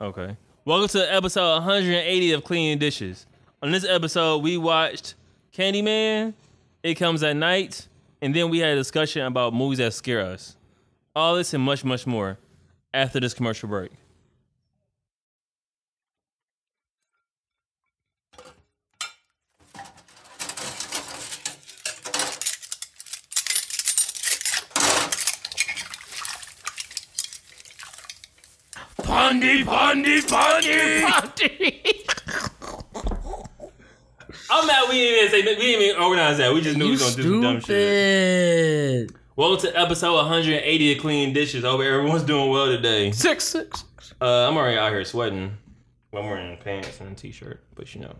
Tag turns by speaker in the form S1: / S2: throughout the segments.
S1: Okay. Welcome to episode 180 of Cleaning Dishes. On this episode, we watched Candyman, It Comes at Night, and then we had a discussion about movies that scare us. All this and much, much more after this commercial break. Pondy, Pondy, Pondy, I'm mad we didn't even say we didn't even organize that. We just knew we
S2: you
S1: were gonna do some dumb shit.
S2: stupid.
S1: Welcome to episode 180 of Clean Dishes. I hope everyone's doing well today.
S2: Six, six.
S1: Uh, I'm already out here sweating. Well, I'm wearing pants and a t-shirt, but you know.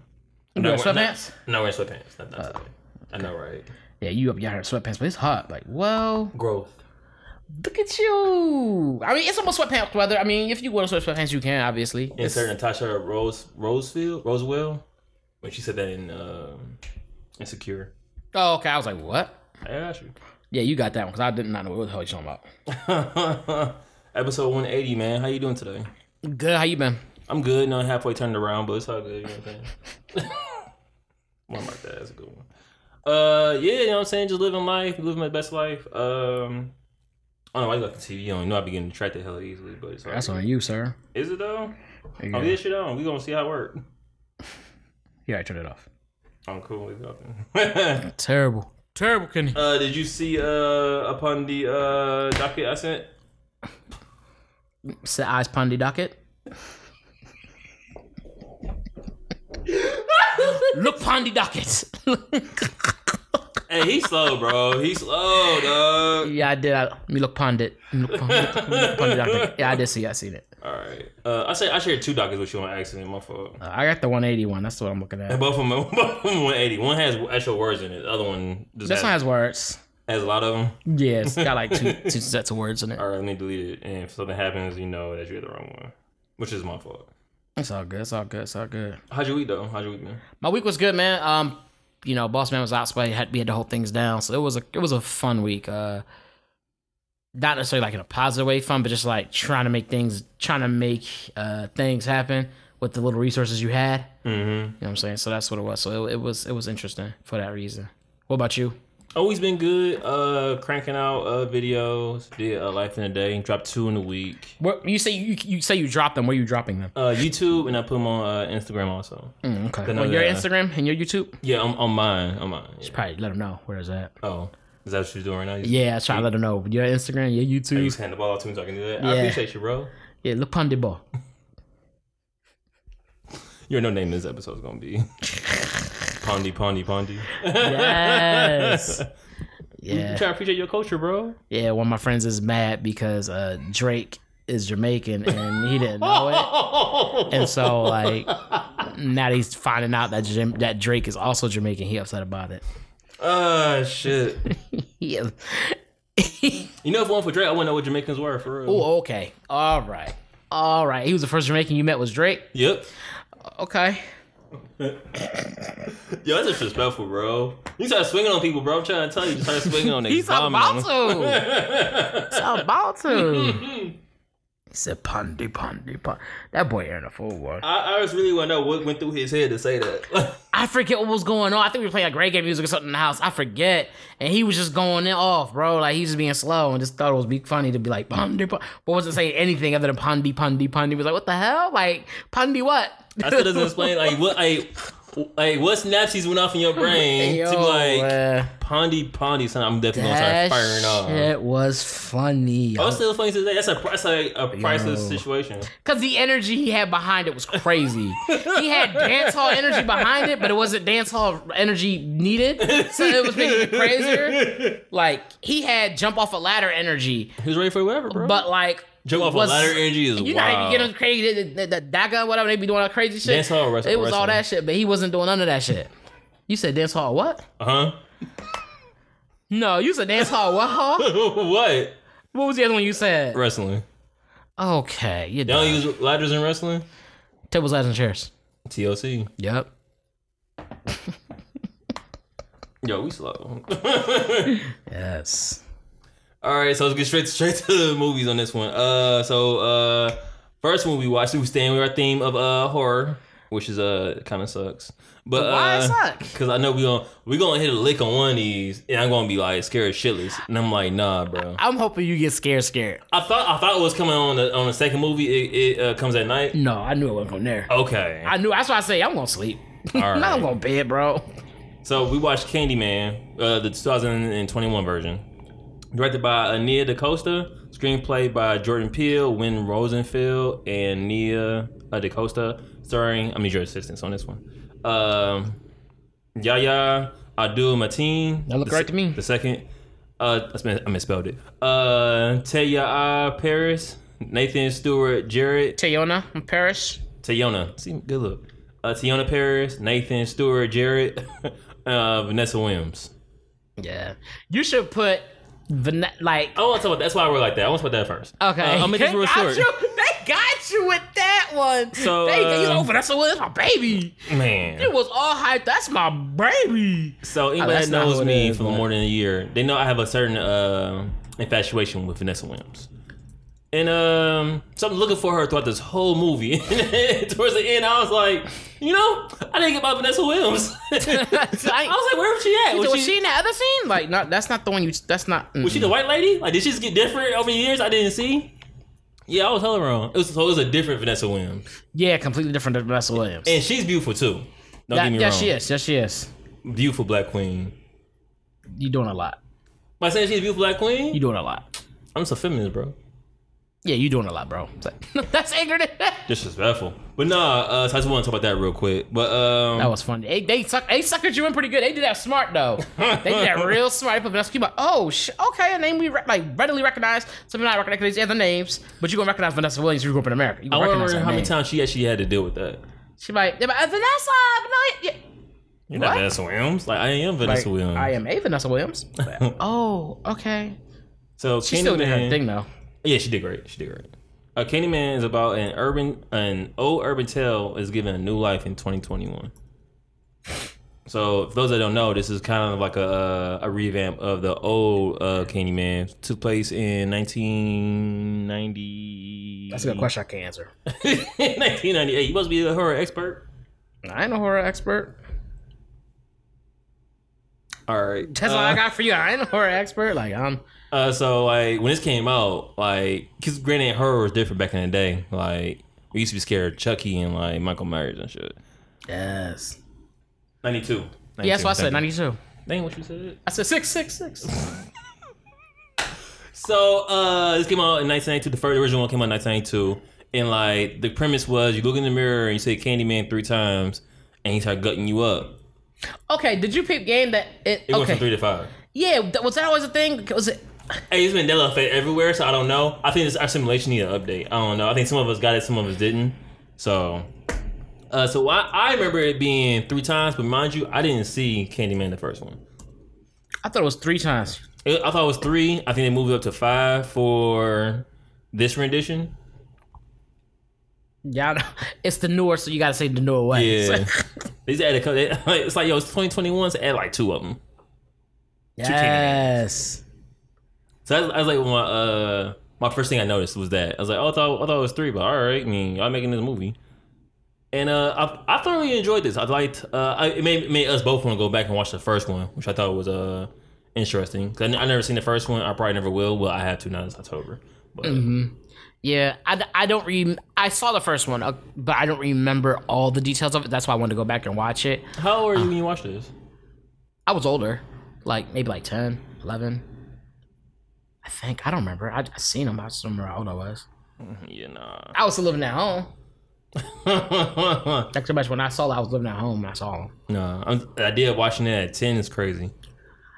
S2: You
S1: No,
S2: wear
S1: we're-
S2: sweatpants? Uh,
S1: No, wearing sweatpants. That, that's okay. I know, right?
S2: Yeah, you up yonder in sweatpants, but it's hot. Like, well,
S1: Growth.
S2: look at you. I mean, it's almost sweatpants weather. I mean, if you wear sweatpants, you can obviously. It's-
S1: Insert Natasha Rose Rosefield Rosewell when she said that in um Insecure.
S2: Oh, okay. I was like, what?
S1: I asked you.
S2: Yeah, you got that one because I did not know what the hell you talking about.
S1: Episode 180, man. How you doing today?
S2: Good. How you been?
S1: I'm good. Not halfway turned around, but it's all good. You know what I'm saying? one like that. That's a good one. Uh, yeah, you know what I'm saying? Just living life, living my best life. Um, I don't know why you got the TV on. You know I be getting distracted hell easily, but it's all
S2: That's
S1: good.
S2: on you, sir.
S1: Is it though?
S2: There you
S1: Oh,
S2: go.
S1: this shit on. We gonna see how it work.
S2: Yeah, I turned it off.
S1: I'm cool with nothing.
S2: Terrible. Terrible, Kenny.
S1: uh, did you see uh upon the uh docket I sent?
S2: Set eyes pondy docket. Look pondy docket.
S1: Hey, he's slow, bro. He's slow, dog.
S2: yeah, I did. I, me look pondit. Me look pondit. Me look pondy docket. Yeah, I did see. I seen it.
S1: All right. Uh, I say I shared two dockets with you on accident. My fault.
S2: Uh, I got the 181. That's what I'm looking
S1: And
S2: at.
S1: both of them, both of them 180. One has actual words in it. The other one just
S2: This
S1: has,
S2: one has words.
S1: has a lot of them.
S2: Yeah, it's got like two, two sets of words in it.
S1: All right, let me delete it. And if something happens, you know that you had the wrong one, which is my fault.
S2: It's all good. It's all good. It's all good.
S1: How'd you eat though? How'd you eat, man?
S2: My week was good, man. Um, you know, boss man was out, so I had, we had to hold things down. So it was a it was a fun week. Uh, not necessarily like in a positive way fun, but just like trying to make things trying to make uh things happen with the little resources you had. You
S1: Mm-hmm.
S2: know what I'm saying? So that's what it was. So it, it was it was interesting for that reason. What about you?
S1: Always been good. Uh, cranking out uh videos. Did uh, life in a day. Dropped two in a week.
S2: What you say you you say you dropped them? Where you dropping them?
S1: uh, YouTube, and I put them on uh, Instagram also.
S2: Mm, okay.
S1: Then
S2: On
S1: on
S2: your
S1: the-
S2: Instagram and your YouTube.
S1: Yeah, I'm on mine. On mine. yeah.
S2: Probably let them know where is that.
S1: Oh, is that what you're doing right now? You-
S2: Yeah, I try to let them know your Instagram, your
S1: You
S2: YouTube.
S1: just hand the ball to me so I can do that. I
S2: Yeah.
S1: appreciate you, bro.
S2: Yeah, look on the ball.
S1: You already know name this episode's gonna be. Pondy, Pondy, Pondy.
S2: Yes. Yeah.
S1: You trying to appreciate your culture, bro.
S2: Yeah, one of my friends is mad because uh, Drake is Jamaican and he didn't know
S1: Ah,
S2: it, and so like now that he's finding out that Jam- that Drake is also Jamaican. He upset about it.
S1: Uh shit.
S2: Yeah.
S1: You know, if it weren't for Drake, I wouldn't know what Jamaicans were for real.
S2: oh, okay. All right. All right. He was the first Jamaican you met was Drake.
S1: Yep.
S2: Okay.
S1: Yo, that's disrespectful, bro. You start swinging on people, bro. I'm trying to tell you, you start swinging on niggas.
S2: He's
S1: bombing on
S2: about
S1: them.
S2: to. He's about to. He said, "Pondy, pondy, pondy." That boy ain't a fool, boy.
S1: I, I just really want to know what went through his head to say that.
S2: I forget what was going on. I think we were playing like reggae music or something in the house. I forget. And he was just going in off, bro. Like he was just being slow and just thought it was be funny to be like Pondy Pondy. But wasn't saying anything other than Pondy Pondy Pondy. He was like, what the hell? Like Pondy what?
S1: I still doesn't explain like what like like what synapses went off in your brain to be like
S2: uh,
S1: Pondy Pondy son I'm definitely gonna start
S2: that
S1: firing off.
S2: shit was funny.
S1: Oh, it's still funny today. That's a that's like a priceless
S2: Yo.
S1: situation.
S2: Because the energy he had behind it was crazy. he had dance hall energy behind it, but it wasn't dance hall energy needed. So it was making it crazier. Like he had jump off a ladder energy.
S1: Who's ready for whatever, bro?
S2: But like,
S1: Jump off
S2: was-
S1: a ladder energy is
S2: You
S1: wild.
S2: know how you get them crazy, the, the, the dagger, whatever they be doing, all crazy shit.
S1: Dance hall wrestling-
S2: It was all
S1: wrestling.
S2: that shit, but he wasn't doing none of that shit. You said dance hall what?
S1: huh?
S2: No, you said dance hall what? Hall?
S1: what
S2: What was the other one you said?
S1: wrestling?
S2: Okay, you
S1: They don't
S2: done.
S1: use ladders in wrestling.
S2: Tables, ladders, and chairs.
S1: TLC.
S2: Yep.
S1: Yo, we slow.
S2: Yes.
S1: All right, so let's get straight straight to the movies on this one. Uh, so uh, First one we watched, we were staying with our theme of uh horror, which is uh kind of sucks. But
S2: Why
S1: uh,
S2: it suck?
S1: Because I know we gonna we gonna hit a lick on one of these, and I'm gonna be like scared shitless, and I'm like, nah, bro.
S2: I'm hoping you get scared, scared.
S1: I thought I thought it was coming on the on the second movie. It, it uh, comes at night.
S2: No, I knew it wasn't going
S1: Oh.
S2: there.
S1: Okay,
S2: I knew. That's why I say I'm gonna sleep.
S1: All
S2: Not
S1: right.
S2: I'm gonna bed, bro.
S1: so we watched Candyman, uh, the 2021 version, directed by uh, Nia DaCosta, screenplay by Jordan Peele, Wynn Rosenfield, and Nia uh, DaCosta, starring I mean your assistance on this one. Um, Yaya Abdul Mateen.
S2: That look
S1: the
S2: right to me.
S1: The second. Uh, I mis- I misspelled it. Uh, Taya Paris, Nathan Stewart, Jarrett,
S2: Tayona in Paris.
S1: Tayona. See, good look. Uh, Tayona Paris, Nathan Stewart, Jarrett, uh, Vanessa Williams.
S2: Yeah, you should put van- like.
S1: I want to talk about that's why I wrote like that. I want to talk about that first.
S2: Okay,
S1: Uh, I'll make this
S2: They
S1: real
S2: got
S1: short.
S2: You, they got you with that one.
S1: So,
S2: they, you
S1: uh,
S2: know, Vanessa Williams, my baby. It
S1: Man.
S2: was all hype. That's my baby.
S1: So
S2: Oh,
S1: anybody
S2: that's
S1: that
S2: not
S1: knows
S2: who it
S1: me
S2: is,
S1: for
S2: but-
S1: more than a year, they know I have a certain uh, infatuation with Vanessa Williams. And um, so I'm looking for her throughout this whole movie. Towards the end, I was like, you know, I didn't get about Vanessa Williams. I was like, where was she at?
S2: was, she in that other scene? Like, not. That's not the one you. That's not. mm.
S1: Was she the white lady? Like, did she just get different over the years? I didn't see. Yeah, I was hella wrong. It was, so it was a different Vanessa Williams,
S2: yeah, completely different than Vanessa Williams.
S1: and she's beautiful too. Don't
S2: That-
S1: get me
S2: yes,
S1: wrong.
S2: she is. Yes, she is.
S1: Beautiful black queen.
S2: You doing a lot.
S1: By saying she's a beautiful black
S2: You
S1: queen,
S2: doing a lot.
S1: I'm just a feminist, bro.
S2: Yeah, you doing a lot, bro. It's like, that's anger. That
S1: Disrespectful. But nah, uh, so I just want to talk about that real quick. But um,
S2: was funny. They they, suck, they suckered you in pretty good. They did that smart though. they did that real smart. They put Vanessa Cuba. Oh, sh- okay, a name we re- like readily recognize. Some not recognize these other names, but you gonna recognize Vanessa Williams. if You grew up in America. You
S1: I
S2: gonna
S1: wonder
S2: recognize her
S1: how many
S2: name.
S1: times she actually had to deal with that.
S2: She might. They're like, "Uh, Vanessa. Vanessa. Yeah.
S1: You're not
S2: What?
S1: Vanessa Williams. Like I am
S2: Like,
S1: Vanessa Williams.
S2: I am a Vanessa Williams. oh, okay.
S1: So
S2: She still did her
S1: Candyman-
S2: thing though.
S1: Yeah, she did great. She did great. Uh, Candyman is about an urban, an old urban tale is given a new life in 2021. So, for those that don't know, this is kind of like a uh, a revamp of the old uh, Candyman. Took place in 1990.
S2: That's a good question I can answer.
S1: 1998. You must be a horror expert.
S2: I ain't a horror expert.
S1: All right.
S2: That's all I got for you. I ain't a horror expert. Like I'm.
S1: Uh, so like when this came out, like because granted horror was different back in the day. Like we used to be scared of Chucky and like Michael Myers and shit.
S2: Yes.
S1: 92.
S2: Yeah, that's what I
S1: 92,
S2: said.
S1: thank you.
S2: Ninety-two.
S1: Dang, what you said.
S2: I said six, six, six.
S1: So uh, this came out in 1992. The first original one came out in 1992, and like the premise was you look in the mirror and you say Candyman three times, and he start gutting you up.
S2: okay, did you peep game that it?
S1: It went from three
S2: okay.
S1: to five.
S2: Yeah, that, was that always a thing? Was it?
S1: Hey, it's Mandela effect everywhere, so I don't know. I think it's, our simulation need an update. I don't know. I think some of us got it, some of us didn't. So, uh, so I, I remember it being three times, but mind you, I didn't see Candyman the first one.
S2: I thought it was three times.
S1: It, I thought it was three. I think they moved it up to five for this rendition.
S2: Yeah, I know. it's the newer, so you gotta say the newer way.
S1: Yeah, they just added. a couple- they- It's like yo, it's 2021. So add like two of them.
S2: yes.
S1: So that's, I was like, my uh, my first thing I noticed was that I was like, oh, I thought, I thought it was three, but all right, I mean, y'all making this movie, and uh, I, I thoroughly enjoyed this. I liked, uh, I, it made, it made us both want to go back and watch the first one, which I thought was uh interesting. 'Cause I, n- I never seen the first one. I probably never will. Well, I have to now. It's October, but
S2: Yeah, I, d- I don't re I saw the first one, uh, but I don't remember all the details of it. That's why I wanted to go back and watch it.
S1: how old were you when you watched this?
S2: I was older, like maybe like 10, 11. I think I don't remember. I, I seen them. I just don't remember how old I was.
S1: Yeah, nah.
S2: I was still living at home.
S1: nah,
S2: That's pretty much when I saw it, I was living at home. and I saw them.
S1: I'm, the idea of watching that at ten is crazy.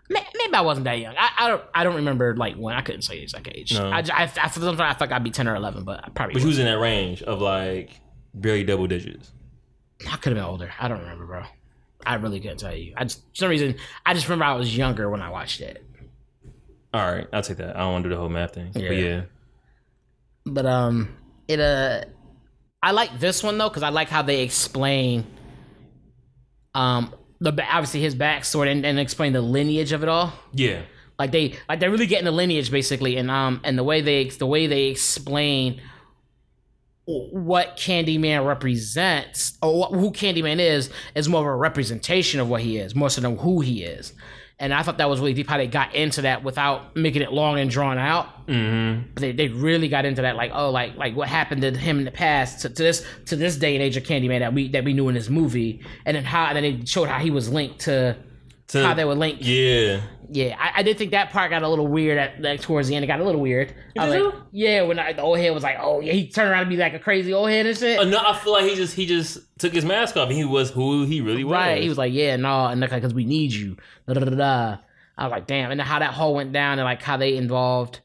S2: May- Maybe I wasn't that young. I, I don't I don't remember like when. I couldn't say exact age.
S1: No.
S2: I, j- I, I, for some reason, I thought I'd be ten or eleven, but I probably
S1: But you was in that range of like barely double digits.
S2: was- I could have been older. I don't remember, bro. I really couldn't tell you. I just for some reason I just remember I was younger when I watched it.
S1: All right, I'll take that. I don't want to do the whole math thing.
S2: Yeah.
S1: But yeah.
S2: But um, it uh, I like this one though because I like how they explain um the ba- obviously his backstory and, and explain the lineage of it all.
S1: Yeah.
S2: like they like they're really getting the lineage basically and um and the way they the way they explain what Candyman represents or wh- who Candyman is is more of a representation of what he is, more so than who he is. And I thought that was really deep how they got into that without making it long and drawn out.
S1: Mm-hmm.
S2: But they, they really got into that, like oh, like like what happened to him in the past to, to this to this day and age of Candyman that we that we knew in this movie, and then how and then they showed how he was linked to,
S1: To,
S2: how they were linked. Yeah,
S1: yeah.
S2: I, I did think that part got a little weird at like towards the end. It got a little weird. I
S1: did
S2: was like, yeah, when I, the old head was like, oh yeah, he turned around to be like a crazy old head and shit.
S1: Uh, No, I feel like he just he just took his mask off and he was who he really was.
S2: Right. He was like, yeah, no, and because we need you. Da, da, da, da. I was like, damn. And how that whole went down and like how they involved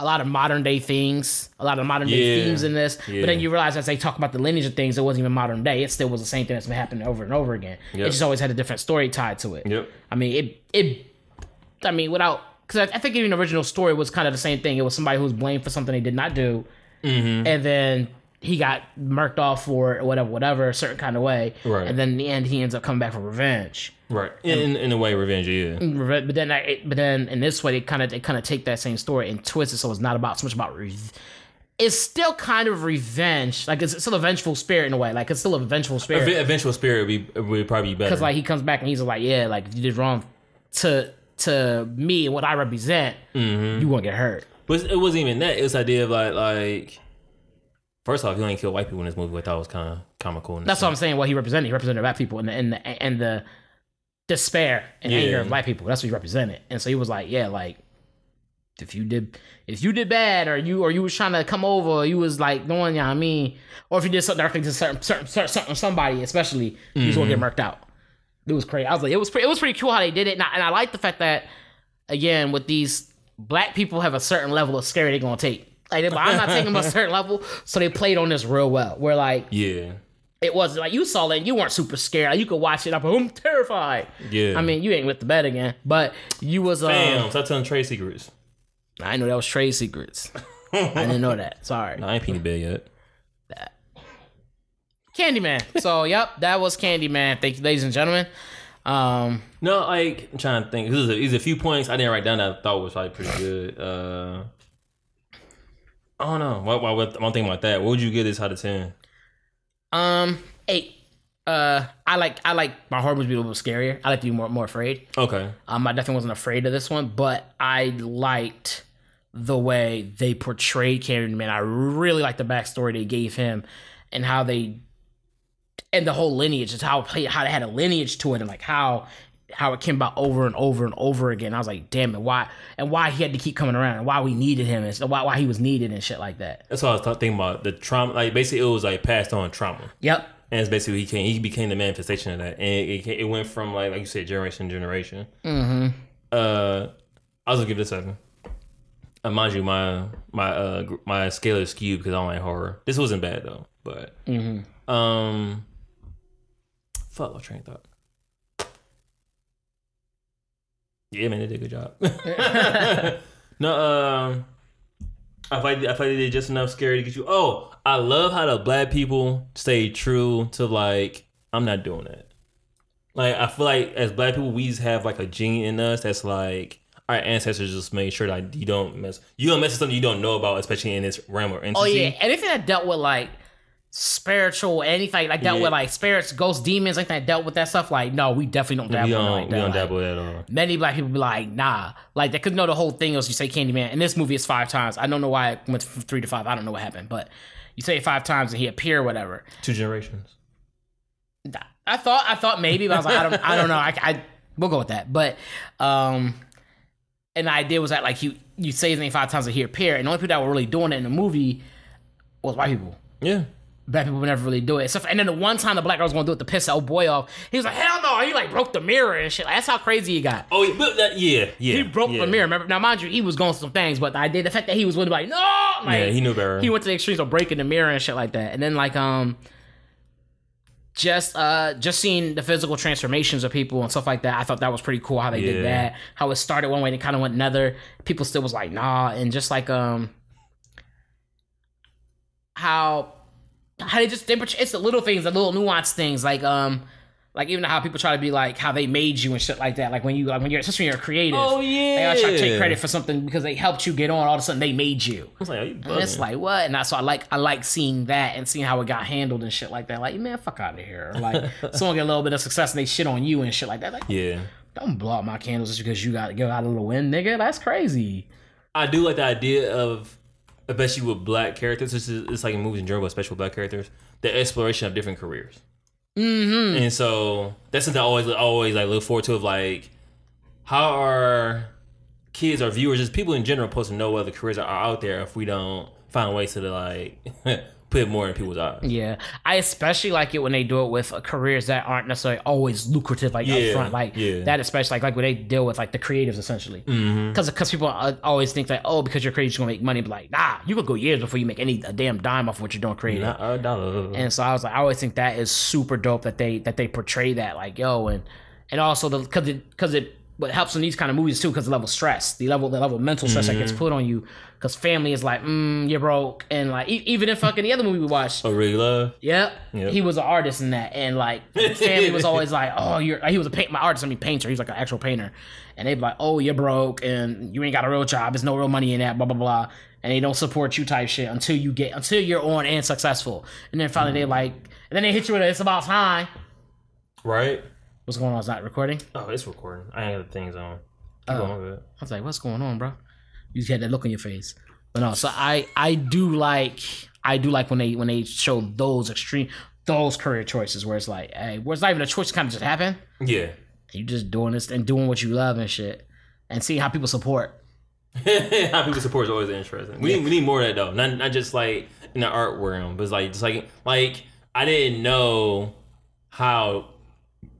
S2: a lot of modern day things, a lot of modern day
S1: Yeah.
S2: themes in this. But
S1: Yeah.
S2: then you realize as they talk about the lineage of things, it wasn't even modern day. It still was the same thing that's been happening over and over again. It
S1: Yep.
S2: just always had a different story tied to it.
S1: Yep.
S2: I mean, it, it, I mean, without, because I, I think even the original story was kind of the same thing. It was somebody who was blamed for something they did not do, and then he got murked off for it, or whatever, whatever, a certain kind of way.
S1: Right.
S2: And then in the end, he ends up coming back for revenge.
S1: Right. In, in, in a way, revenge. Yeah.
S2: Reve- But then, I, it- but then in this way, they kind of they kind of take that same story and twist it so it's not about so much about. Re- it's still kind of revenge, like it's, it's still a vengeful spirit in a way. Like it's still a vengeful spirit.
S1: Ev- Eventual spirit would be would probably be better.
S2: Because like he comes back and he's like, yeah, like you did wrong to to me and what I represent, you won't get hurt.
S1: But it wasn't even that. It was the idea of like like. First off, you only kill white people in this movie, which I thought was kind of comical.
S2: That's what I'm saying. What he represented, he represented black people and the and the, and the despair and
S1: Yeah.
S2: anger of black people. That's what he represented. And so he was like, yeah, like if you did if you did bad or you or you was trying to come over, or you was like going, you know what I mean, or if you did something directly to certain certain certain, certain somebody, especially, you just gonna get murked out. It was crazy. I was like, it was pretty. It was pretty cool how they did it, and I, and I like the fact that again with these black people have a certain level of scary they're gonna take. Like, they're like, I'm not taking them a certain level, so they played on this real well. Where like
S1: yeah.
S2: it wasn't like you saw it and you weren't super scared. Like, you could watch it. I'm, I'm terrified.
S1: Yeah.
S2: I mean, you ain't with the bed again, but you was. Um,
S1: damn. Stop telling trade secrets.
S2: I didn't know that was trade secrets. I didn't know that. Sorry,
S1: I ain't peeing bed yet.
S2: Candyman. So, yep, that was Candyman. Thank you, ladies and gentlemen. Um,
S1: No, like I'm trying to think. There's a, there's a few points I didn't write down that I thought was like pretty good. Uh, I don't know. Why? Why? What, I'm thinking about that. What would you give this out of ten?
S2: um, eight. Uh, I like I like my horror movies to be a little scarier. I like to be more more afraid.
S1: Okay.
S2: Um, I definitely wasn't afraid of this one, but I liked the way they portrayed Candyman. I really liked the backstory they gave him and how they and the whole lineage, just how it played, how they had a lineage to it, and like how how it came about over and over and over again. I was like, damn it, why and why he had to keep coming around and why we needed him and so- why why he was needed and shit like that.
S1: That's what I was thought- thinking about. The trauma. Like basically, it was like passed on trauma.
S2: Yep.
S1: And it's basically he came. He became the manifestation of that, and it, it, it went from like like you said, generation to generation. Mm-hmm. Uh, I was gonna give this a seven. Uh, mind you, my my uh gr- my scale is skewed because I don't like horror. This wasn't bad though, but um, fuck, my train of thought. Yeah, man, they did a good job. no, um, I fight. I fight. They did just enough scary to get you. Oh, I love how the black people stay true to like. I'm not doing that. Like I feel like as black people, we just have like a gene in us that's like our ancestors just made sure that you don't mess. You don't mess with something you don't know about, especially in this realm or entity.
S2: Oh yeah, anything that dealt with like spiritual, anything like dealt
S1: Yeah.
S2: with like spirits, ghosts, demons, anything that dealt with that stuff. Like, no, we definitely don't dabble.
S1: we
S2: in
S1: don't.
S2: it like
S1: we
S2: that.
S1: don't
S2: Like,
S1: dabble at all.
S2: many black people be like, nah, like they could know the whole thing was you say Candyman, and this movie is five times. I don't know why it went from three to five. I don't know what happened, but you say it five times and he appear or whatever.
S1: Two generations.
S2: I thought I thought maybe, but I was like, I don't, I don't know. I, I we'll go with that. But um, and the idea was that like you you say his name five times and he appear, and the only people that were really doing it in the movie was white people.
S1: Yeah.
S2: Black people would never really do it. Except for, and then the one time the black girl was gonna do it to piss the old boy off, he was like, "Hell no!" He like broke the mirror and shit. Like, that's how crazy he got.
S1: Oh, yeah, but that, yeah, yeah.
S2: He broke
S1: yeah.
S2: the mirror. Remember now, mind you, he was going through some things, but the idea, the fact that he was with him, like no, like
S1: Yeah, he knew better.
S2: He went to the extremes of breaking the mirror and shit like that, and then like um, just uh, just seeing the physical transformations of people and stuff like that. I thought that was pretty cool how they
S1: Yeah.
S2: did that, how it started one way and kind of went another. People still was like nah, and just like um, how how they just they portray- it's the little things, the little nuanced things like um like even how people try to be like how they made you and shit like that. Like when you like when you're especially when you're creative.
S1: Oh,
S2: They always try to
S1: yeah.
S2: take credit for something because they helped you get on. All of a sudden they made you.
S1: I was like, are you bugging?
S2: And it's like what? And I, so I like I like seeing that and seeing how it got handled and shit like that. Like man, fuck out of here. Like someone get a little bit of success and they shit on you and shit like that. Like
S1: yeah.
S2: don't blow out my candles just because you got you got a little win, nigga. That's crazy.
S1: I do like the idea of, especially with black characters, this is, it's like in movies in general, but especially with black characters, the exploration of different careers. Mm-hmm. And so that's something I always always like look forward to of like, how are kids or viewers, just people in general, supposed to know what other careers are out there if we don't find ways to like put more in people's eyes?
S2: Yeah, I especially like it when they do it with uh, careers that aren't necessarily always lucrative, like
S1: Yeah,
S2: up front, like
S1: yeah.
S2: that. Especially like like when they deal with like the creatives essentially, because because people uh, always think that oh because you're creative you're gonna make money, but like nah, you could go years before you make any a damn dime off what you're doing creative.
S1: Not a dollar.
S2: And so I was like, I always think that is super dope that they that they portray that like yo and and also the because it because it what helps in these kind of movies too because the level of stress the level the level of mental stress that gets put on you because family is like mm, you're broke and like e- even in fucking the other movie we watched
S1: Oh, really love?
S2: Yep.
S1: Yep.
S2: He was an artist in that. And like family was always like, Oh, you're like, he was a paint my artist, I mean painter. He was like an actual painter. And they'd be like, Oh, you're broke and you ain't got a real job. There's no real money in that, blah blah blah. And they don't support you type shit until you get until you're on and successful. And then finally they like and then they hit you with a it's about time.
S1: Right?
S2: What's going on? It's not recording?
S1: Oh, it's recording. I ain't got the things on. Keep
S2: Oh.
S1: going with it.
S2: I was like, "What's going on, bro?" You just had that look on your face. But no, so I I do like I do like when they when they show those extreme those career choices where it's like, hey, where it's not even a choice, kind of just happened.
S1: Yeah.
S2: You just doing this and doing what you love and shit, and seeing how people support.
S1: how people support is always interesting. We, need, we need more of that though. Not not just like in the art realm, but it's like just like like I didn't know how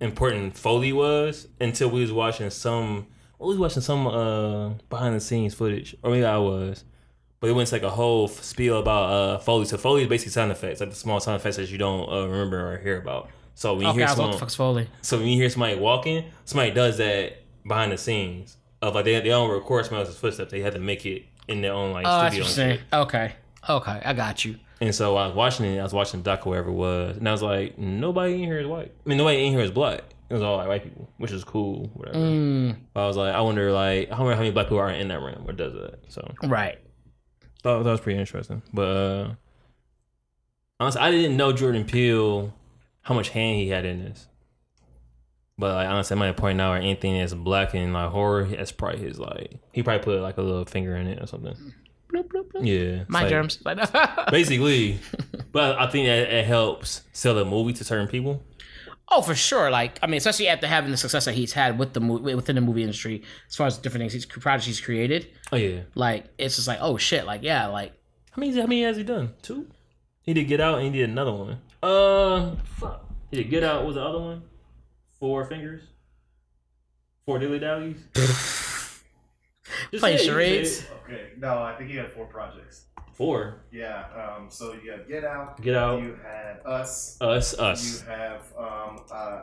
S1: important Foley was until we was watching some we was watching some uh behind the scenes footage. Or maybe I was. But it went to like a whole f- spiel about uh Foley. So Foley is basically sound effects, like the small sound effects that you don't uh, remember or hear about. So when you
S2: Okay,
S1: hear
S2: I was like, what the
S1: someone,
S2: fuck's Foley?
S1: so when you hear somebody walking, somebody does that behind the scenes of like they, they don't record somebody else's footsteps. They had to make it in their own like
S2: Oh, that's
S1: studio.
S2: what
S1: and
S2: you're
S1: shit.
S2: saying. Okay, okay, I got you.
S1: And so I was watching it. I was watching Doc wherever it was, and I was like, nobody in here is white. I mean, nobody in here is black. It was all like white people, which is cool. Whatever.
S2: Mm.
S1: But I was like, I wonder like I wonder how many black people are in that room or does that. So
S2: Right.
S1: that, that was pretty interesting. But uh, honestly, I didn't know Jordan Peele how much hand he had in this. But like honestly, I might point out or anything that's black and like horror, that's probably his like he probably put like a little finger in it or something.
S2: Bloop, bloop, bloop.
S1: Yeah, it's
S2: My
S1: like-
S2: germs. Like,
S1: Basically, but I think that it helps sell a movie to certain people.
S2: Oh, for sure. Like, I mean, especially after having the success that he's had with the movie within the movie industry, as far as different things he's projects he's created.
S1: Oh yeah,
S2: Like, it's just like, oh shit. Like, yeah. Like,
S1: how many how many has he done? Two. He did Get Out and he did another one. Uh, fuck. He did Get Out. What was the other one? Four Fingers. Four Dilly Dallies. Just
S2: Playing
S1: say it, you
S2: charades.
S1: said
S3: Okay, no, I think you had four projects.
S1: it. Four.
S3: Yeah, um, so you had Get Out.
S1: Get Out.
S3: You had Us.
S1: Us. Us.
S3: You have, um, uh,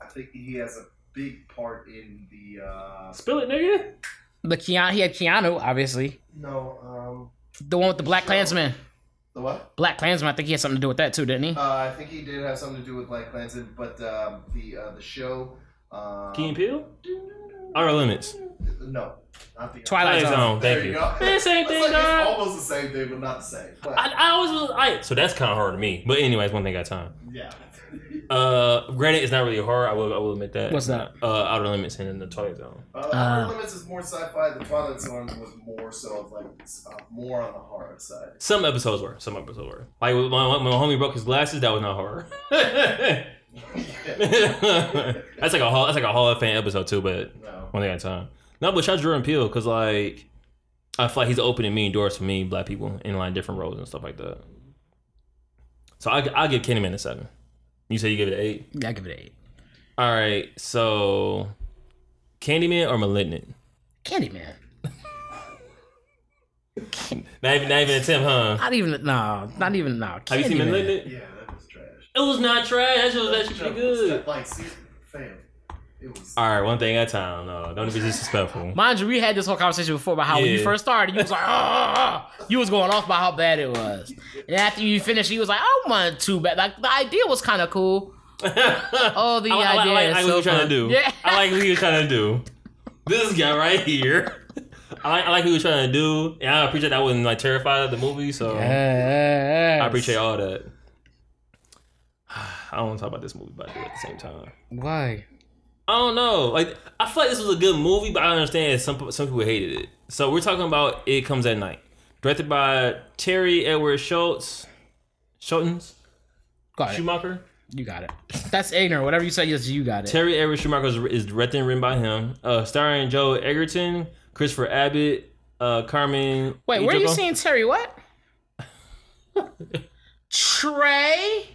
S3: I think he has a big part in the, uh,
S1: Spill it, nigga.
S2: The Keanu, he had Keanu, obviously.
S3: no, um,
S2: The one with the Black Klansman.
S3: the what?
S2: Black Klansman, I think he had something to do with that too, didn't he?
S3: Uh, I think he did have something to do with Black Lanson, but, um, the, uh, the show, um,
S1: Keen Peel. Outer Limits.
S3: no, not the
S2: Twilight
S1: Twilight
S2: Zone.
S1: Zone.
S3: There
S1: Thank
S3: you
S1: you.
S3: go.
S1: Man, same
S3: It's
S1: thing,
S3: like-
S1: dog.
S3: it's almost the same thing, but not the same. But,
S1: I, I always was. I, so that's kind of hard to me. But anyways, one thing at a time.
S3: yeah.
S1: Uh, granted, it's not really horror. I will. I will admit that.
S2: What's that?
S1: Uh, Outer Limits and in the Twilight Zone.
S3: Uh,
S2: Uh.
S3: Outer Limits is more sci-fi. The Twilight Zone was more so of like s- uh, more on the horror side.
S1: Some episodes were. Some episodes were. Like when my, when my homie broke his glasses, that was not horror. that's like a hall. That's like a Hall of Fame episode too. But
S3: no.
S1: one thing at a time. No, but shout out to Jordan Peele because like I feel like he's opening me doors for me, black people, in like different roles and stuff like that. So I I give Candyman a seven. You say you give it an eight.
S2: Yeah, I give it an eight.
S1: All right, so Candyman or Malignant?
S2: Candyman.
S1: Not even, not even an attempt, huh?
S2: Not even, no, not even, no.
S1: Have you seen
S2: Candyman.
S1: Malignant?
S3: Yeah, that was trash.
S1: It was not trash. That shit was actually pretty good.
S3: Like, see, fam, it was.
S1: All right, one thing at a time. No, don't be disrespectful.
S4: Oh,
S2: Mind you, we had this whole conversation before about how when you
S1: Yeah.
S2: first started, you was like, oh, you was going off by "Oh, how bad it was. And after you finished, he was like, I don't want it too bad. Like, the idea was kind of cool.
S1: oh,
S4: the
S1: I, I, I,
S4: idea
S1: like,
S4: is
S1: I like what
S4: so
S1: you're trying
S4: fun.
S1: to do.
S4: Yeah.
S1: I like what you're trying to do. This guy right here. I like, I like what you're trying to do, and I appreciate that I wasn't like terrified of the movie. So
S2: Yes.
S1: I appreciate all that. I don't want to talk about this movie, but I do at the same time.
S2: Why?
S1: I don't know. Like I feel like this was a good movie, but I understand some some people hated it. So we're talking about It Comes at Night, directed by Terry Edward Schultz, Schultz
S2: Got it.
S1: Schumacher.
S2: You got it. That's ignorant. Whatever you say, yes, you got it.
S1: Terry Edward Schumacher is, is directed and written by him, uh, starring Joe Egerton, Christopher Abbott, uh, Carmen.
S2: Wait, where are you
S1: Ejogo.
S2: seeing Terry? What? Trey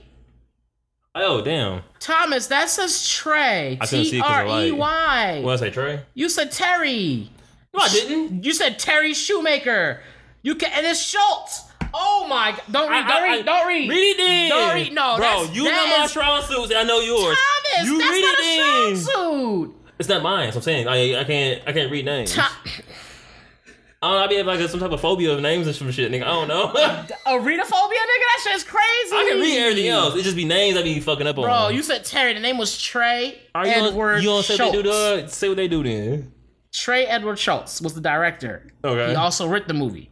S1: Oh damn!
S2: Thomas. That says Trey.
S1: I couldn't see
S2: T
S1: it 'cause of
S2: R
S1: the light.
S2: E Y.
S1: What did I say, Trey?
S2: You said Terry.
S1: No, I didn't.
S2: You said Terry Shoemaker. You can and it's Schultz. Oh my! g- Don't read.
S1: I-
S2: Don't
S1: I-
S2: read. Don't read.
S1: Read it in.
S2: Don't read- no,
S1: bro.
S2: that's-
S1: you
S2: that
S1: know my
S2: is-
S1: strong suits, and I know yours.
S2: Thomas,
S1: you
S2: that's
S1: read
S2: not
S1: it
S2: a
S1: in.
S2: strong suit.
S1: It's not mine. So I'm saying I, I can't I can't read names.
S2: Ta-
S1: I don't know, I be having like some type of phobia of names and some shit, nigga. I don't know. I
S2: Arenophobia, nigga. That shit's crazy.
S1: can read everything else. It just be names I be fucking up on.
S2: Bro, you said Terry. The name was Trey
S1: Are you
S2: Edward
S1: gonna, you gonna say what they do,
S2: Schultz.
S1: dog? Say what they do then.
S2: Trey Edward Schultz was the director.
S1: Okay.
S2: He also wrote the movie.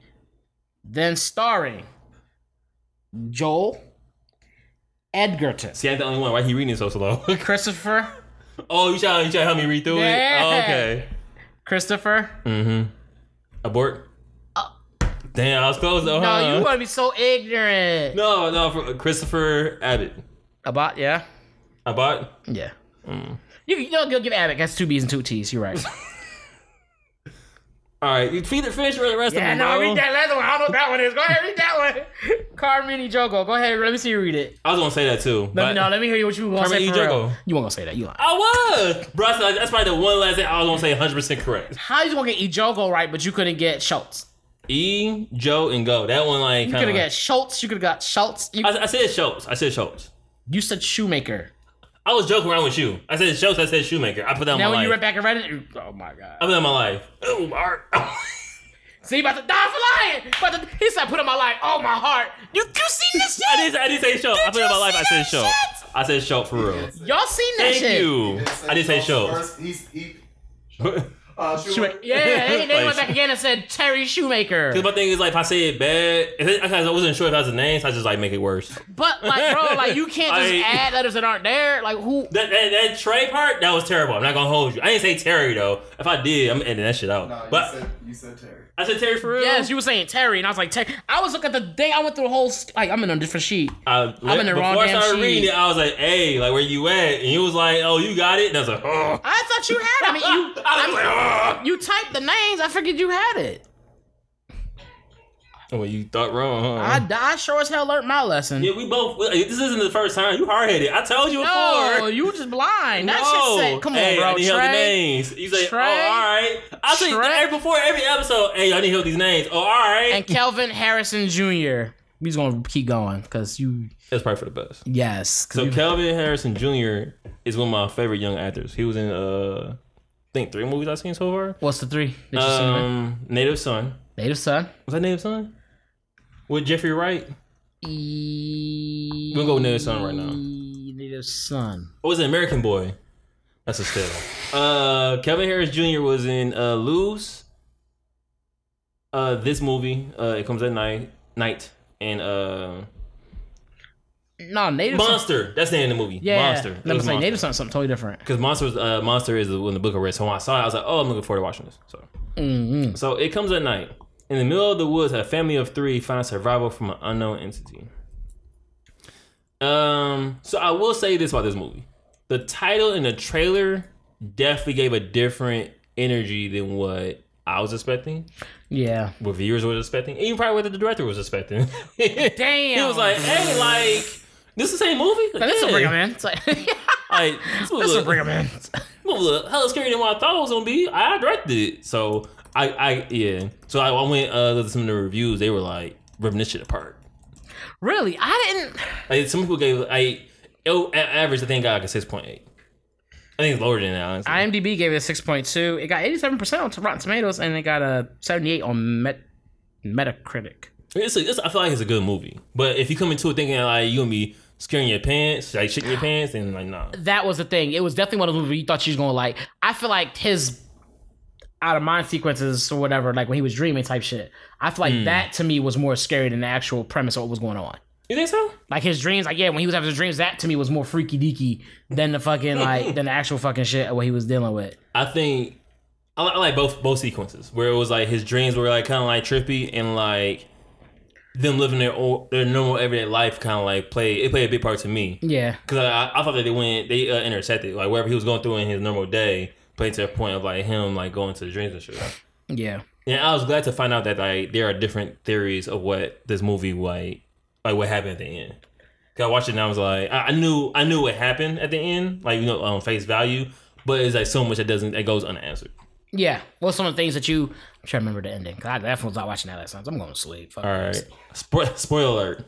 S2: Then starring Joel Edgerton,
S1: See, I'm the only one. Why he reading it so slow?
S2: Christopher,
S1: oh, you trying you trying to help me read through it? Oh,
S2: Yeah.
S1: okay.
S2: Christopher.
S1: Mm-hmm. Abort. Damn, I was close though. huh?
S2: Uh. No, you want to be so ignorant
S1: no, no, for uh, Christopher Abbott.
S2: about yeah,
S1: Abbott.
S2: yeah. Mm. You you know you'll give Abbott. That's two B's and two T's. You're right.
S1: All right, you feed it finish the rest
S2: yeah,
S1: of them,
S2: no,
S1: bro.
S2: read that last one. I don't know what that one is. Go ahead, read that one. Carmine Jogo. Go ahead, let me see you read it.
S1: I was gonna say that too.
S2: Let
S1: but-
S2: me know. Let me hear you what you want to say.
S1: Carmine
S2: For real.
S1: Ejogo.
S2: You weren't gonna say that. You lying.
S1: I was, bro. I said, That's probably the one last thing I was gonna say. 100 percent correct.
S2: How you gonna get Ejogo right, but you couldn't get Schultz?
S1: E, Joe, and Go. That one like
S2: You
S1: kinda
S2: could have
S1: like-
S2: got Schultz. You could have got Schultz. You,
S1: I, I said Schultz. I said Schultz.
S2: you said Shoemaker.
S1: I was joking around with you. I said Schultz. I said Shoemaker. I put that on
S2: Now
S1: my
S2: when
S1: life.
S2: you went back and read it, you- oh my
S1: I
S2: god!
S1: put that on my life. Oh, Mark.
S2: See, you about to die for lying. But the, he said, "Put on my life." Oh my heart! You you seen this
S1: I
S2: shit?
S1: didn't. I didn't say Schultz. I put
S2: Did
S1: it on my
S2: you
S1: life. I said
S2: see that
S1: Schultz. I said Schultz for real.
S2: Y'all seen
S1: Thank
S2: that shit?
S1: you. I didn't say Schultz.
S3: First, he's he. Uh,
S2: She went- yeah, they, they went back again and said Terry Shoemaker.
S1: Cause my thing is like if I say it bad, if it, I wasn't sure if that's a name, so I just like make it worse.
S2: But like, bro, like you can't just
S1: Like-
S2: add letters that aren't there. Like who?
S1: That, that that Trey part that was terrible. I'm not gonna hold you. I didn't say Terry though. If I did, I'm editing that shit out.
S3: No, you
S1: but
S3: said you said Terry.
S1: I said Terry for real.
S2: Yes, you were saying Terry, and I was like, Terry. I was looking at the thing. I went through a whole st- like I'm in a different sheet.
S1: I,
S2: I'm in the
S1: before
S2: wrong
S1: I
S2: damn
S1: started
S2: sheet.
S1: reading it, I was like, "Hey, like where you at?" And he was like, "Oh, you got it." And I was like, "Oh."
S2: I thought you had. it. I mean, you
S1: I was like, "Oh."
S2: you typed the names. I figured you had it.
S1: Well, you thought wrong. Huh?
S2: I, I sure as hell learned my lesson.
S1: yeah, we both. we- This isn't the first time. You hard headed. I told you
S2: No,
S1: before.
S2: you just blind. That
S1: No.
S2: shit said, come on,
S1: Hey, I
S2: bro.
S1: need help with
S2: Trey.
S1: names. You say,
S2: Trey.
S1: "Oh, all right." I say
S2: Trey.
S1: every, before every episode, "Hey, I need help with these names." Oh, all right.
S2: And Kelvin Harrison Jr. We just gonna keep going because you
S1: That's probably for the best.
S2: yes. 'cause
S1: So
S2: you-
S1: Calvin Harrison Jr. is one of my favorite young actors. He was in uh, I think three movies I've seen so far.
S2: what's the three that you seen? man?
S1: Um, Native Son.
S2: Native Son.
S1: Was that Native Son? With Jeffrey Wright.
S2: E-
S1: We'll go with Native Son right now.
S2: Native Son.
S1: Or was it American Boy? That's a still. Uh, Kevin Harris Jr. was in uh, Lose. Uh, this movie. Uh, it comes at night. Night and uh,
S2: No, Native Son.
S1: Monster. That's the name of the movie.
S2: Yeah,
S1: Monster.
S2: Let me say Native Son. is Something totally different.
S1: Because Monster, was- uh, Monster is in the Book of Red. So when I saw it, I was like, oh, I'm looking forward to watching this. So.
S2: Mm-hmm.
S1: So it comes at night. In the middle of the woods, a family of three finds survival from an unknown entity. Um, so I will say this about this movie. The title and the trailer definitely gave a different energy than what I was expecting,
S2: Yeah.
S1: what viewers were expecting, and even probably what the director was expecting.
S2: Damn.
S1: He was like, hey, like, this the same movie? Like,
S2: This will bring him
S1: yeah.
S2: in. It's like,
S1: Like, this
S2: this
S1: movie
S2: will
S1: look-
S2: bring him in.
S1: well, look, hella scarier than what I thought it was gonna be. I directed it, so I, I yeah. So I, I went uh, looked at some of the reviews. They were like ripping this shit apart.
S2: Really? I didn't.
S1: Like some people gave I on average I think I got like a six point eight. I think it's lower than that. Honestly.
S2: IMDb gave it a six point two. It got eighty seven percent on Rotten Tomatoes, and it got a seventy eight on Met- Metacritic.
S1: It's, a, it's I feel like it's a good movie, but if you come into it thinking like you gonna be scaring your pants, like shitting your pants, and like nah.
S2: that was the thing. It was definitely one of those where you thought she was gonna like. I feel like his out of mind sequences or whatever, like when he was dreaming type shit. I feel like that to me was more scary than the actual premise of what was going on.
S1: You think so?
S2: Like his dreams, like yeah, when he was having his dreams, that to me was more freaky deaky than the fucking like than the actual fucking shit of what he was dealing with.
S1: I think I, li- I like both both sequences where it was like his dreams were like kind of like trippy and like them living their old, their normal everyday life kind of like play it played a big part to me
S2: Yeah,
S1: because I, I thought that they went they uh, intersected like wherever he was going through in his normal day played to a point of like him like going to the dreams and shit.
S2: yeah,
S1: And I was glad to find out that like there are different theories of what this movie like like what happened at the end. 'Cause I watched it and I was like, I, I knew I knew what happened at the end, like you know on face value, but it's like so much that doesn't that goes unanswered.
S2: yeah. What's some of the things that you? I'm trying to remember the ending. God, I definitely was not watching that last night. so I'm going to sleep. Fuck
S1: All right, Spo- spoiler alert.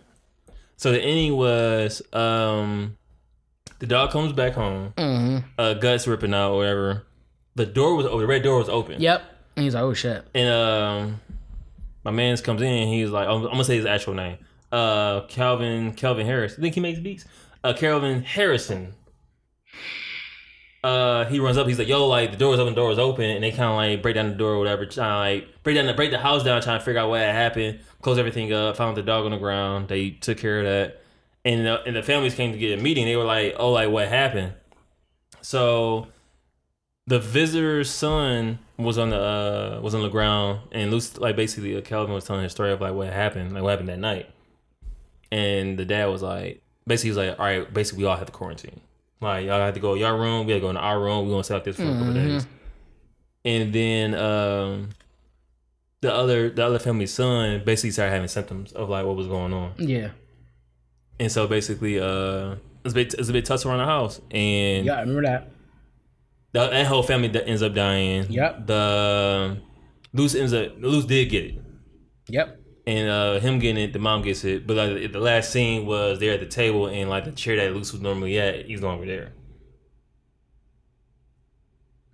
S1: So the ending was um the dog comes back home,
S2: hmm
S1: uh, guts ripping out or whatever. The door was open, the red door was open.
S2: Yep. And he's like, oh shit.
S1: And um, my man's comes in. He's like, I'm, I'm gonna say his actual name. Uh, Calvin Calvin Harris. I think he makes beats. Uh, Calvin Harrison. Uh, he runs up. He's like, "Yo, like the door's open, door's open," and they kind of like break down the door, or whatever. Trying like break down the break the house down, trying to figure out what had happened. Close everything up. Found the dog on the ground. They took care of that. And the, and the families came to get a meeting. They were like, "Oh, like what happened?" So the visitor's son was on the uh, was on the ground, and Lucy, like basically uh, Calvin was telling his story of like what happened, like what happened that night, and the dad was like, basically he was like, all right, basically we all have to quarantine, like y'all have to go to your room, we gotta go into our room, we gonna stay like this for a couple days, and then um, the other the other family's son basically started having symptoms of like what was going on,
S2: Yeah.
S1: and so basically uh, it's a bit it's a bit tough around the house, and
S2: Yeah, I remember that.
S1: the, that whole family that ends up dying.
S2: Yep.
S1: The um, Luce ends up. Luce did get it,
S2: Yep.
S1: and uh, him getting it, the mom gets it. But like the last scene was they're at the table, and like the chair that Luce was normally at, he's no longer there.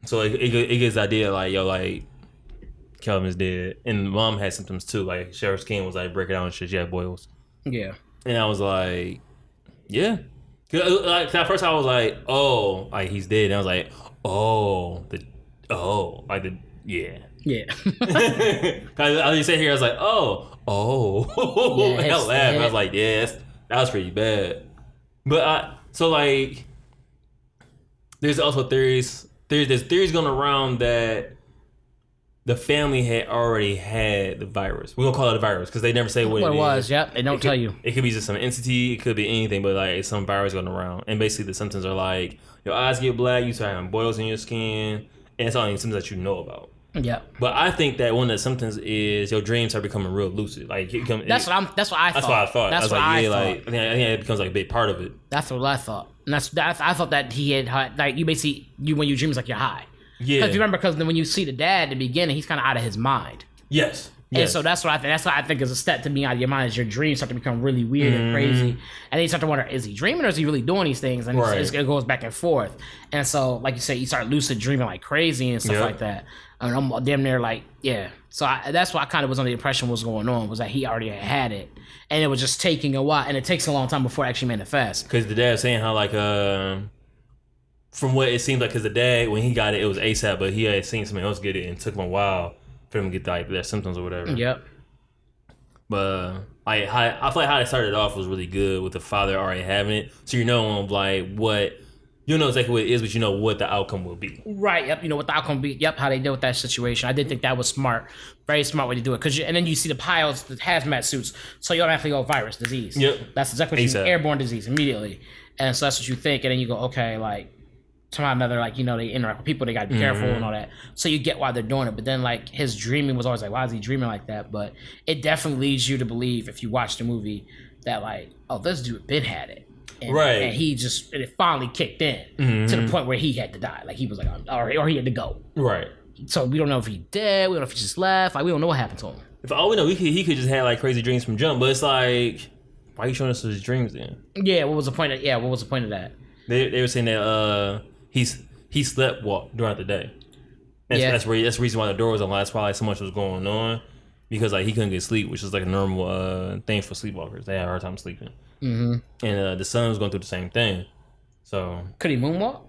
S1: So it, it, it gets the idea like yo, like Calvin's dead, and mom had symptoms too. Like Sheriff skin was like breaking out and shit. She had boils.
S2: Yeah.
S1: And I was like, yeah. 'Cause, uh, Like, 'cause at first I was like, oh, like he's dead. And I was like, oh, the, oh, like the, yeah.
S2: Yeah.
S1: 'Cause I just sat here, I was like, oh, oh.
S2: Yeah,
S1: and I
S2: it's-
S1: laughed. I was like, yes, that was pretty bad. But I, so like, there's also theories, there's, there's theories going around that the family had already had the virus. We're going to call it a virus because they never say what,
S2: what it
S1: is.
S2: was. Yep. They don't
S1: It
S2: tell
S1: could-
S2: you.
S1: It could be just some entity. It could be anything, but like it's some virus going around, and basically the symptoms are like your eyes get black, you start having boils in your skin, and it's all the symptoms that you know about.
S2: Yep.
S1: But I think that one of the symptoms is your dreams are becoming real lucid. Like it come,
S2: That's
S1: it-
S2: what I'm. That's what I thought.
S1: that's what I thought.
S2: That's
S1: I was
S2: what
S1: like,
S2: I
S1: yeah,
S2: thought.
S1: like I think, I think it becomes like a big part of it.
S2: That's what I thought. And that's, that's I thought that he had hi- like you basically you when you dream is like you're high.
S1: Yeah.
S2: Because you remember, because when you see the dad at the beginning, he's kind of out of his mind.
S1: yes.
S2: And
S1: Yes.
S2: so that's what I think. That's what I think is a step to being out of your mind. Is your dreams start to become really weird and crazy, and then you start to wonder: Is he dreaming or is he really doing these things? And it's,
S1: Mm-hmm. Right.
S2: it's, it goes back and forth. And so, like you said, you start lucid dreaming like crazy and stuff
S1: Yeah.
S2: like that. And I'm damn near like, yeah. So I, that's why I kind of was under the impression was going on was that he already had it, and it was just taking a while, and it takes a long time before it actually manifests.
S1: Because the dad's saying how like um, from what it seems like, because the dad when he got it, it was ASAP, but he had seen somebody else get it and it took him a while for him to get like their symptoms or whatever.
S2: Yep.
S1: But like how I feel like how they started off was really good with the father already having it, so you know um, like what you know exactly what it is, but you know what the outcome will be.
S2: Right. Yep. You know what the outcome be. Yep. How they deal with that situation. I did think that was smart. Very smart way to do it. Cause you, and then you see the piles, the hazmat suits. So you automatically go virus disease.
S1: Yep.
S2: That's exactly what you
S1: ASAP.
S2: airborne disease immediately. And so that's what you think. And then you go, okay, like somehow or another, like you know they interact with people, they gotta be
S1: Mm-hmm.
S2: careful and all that. So you get why they're doing it. But then like his dreaming was always like, why is he dreaming like that? But it definitely leads you to believe if you watch the movie that like, oh, this dude been had it. And,
S1: Right. Mm-hmm.
S2: And he just and it finally kicked in to the point where he had to die. Like he was like, I'm- or or he had to go.
S1: Right.
S2: So we don't know if he dead. We don't know if he just left. Like we don't know what happened to him.
S1: If all we know, we could, he could just have like crazy dreams from jump, but it's like why you showing us his dreams then?
S2: Yeah. What was the point of? Yeah. What was the point of that?
S1: They they were saying that uh he's he slept walk throughout the day. That's
S2: Yeah.
S1: that's where that's the reason why the door was unlocked. That's why like so much was going on. because like he couldn't get sleep, which is like a normal uh, thing for sleepwalkers. They had a hard time sleeping,
S2: Mm-hmm.
S1: and uh, the son was going through the same thing. So
S2: Could he moonwalk?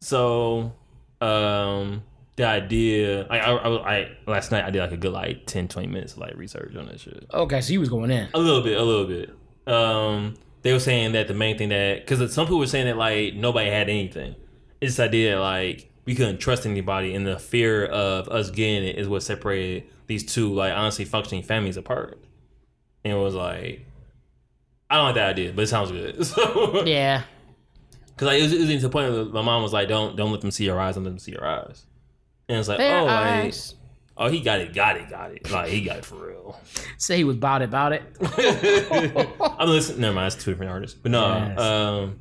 S1: So, um, the idea, I, I, I, was- I, last night I did like a good like 10, 20 minutes of like research on that shit.
S2: Okay, so he was going in.
S1: A little bit, a little bit. Um, they were saying that the main thing that, because some people were saying that like nobody had anything. It's this idea that like we couldn't trust anybody, and the fear of us getting it is what separated these two like honestly functioning families apart. And it was like, I don't like that idea, but it sounds good. So
S2: Yeah.
S1: Cause like it was, it was even to the point where my mom was like, "Don't don't let them see your eyes, don't let them see your eyes." And it's like,
S2: Their
S1: oh, like,
S2: eyes.
S1: oh, he got it, got it, got it. Like he got it for real.
S2: Say he was about it, about it.
S1: I'm listening. Never mind, it's two different artists. But no,
S2: Yes.
S1: um,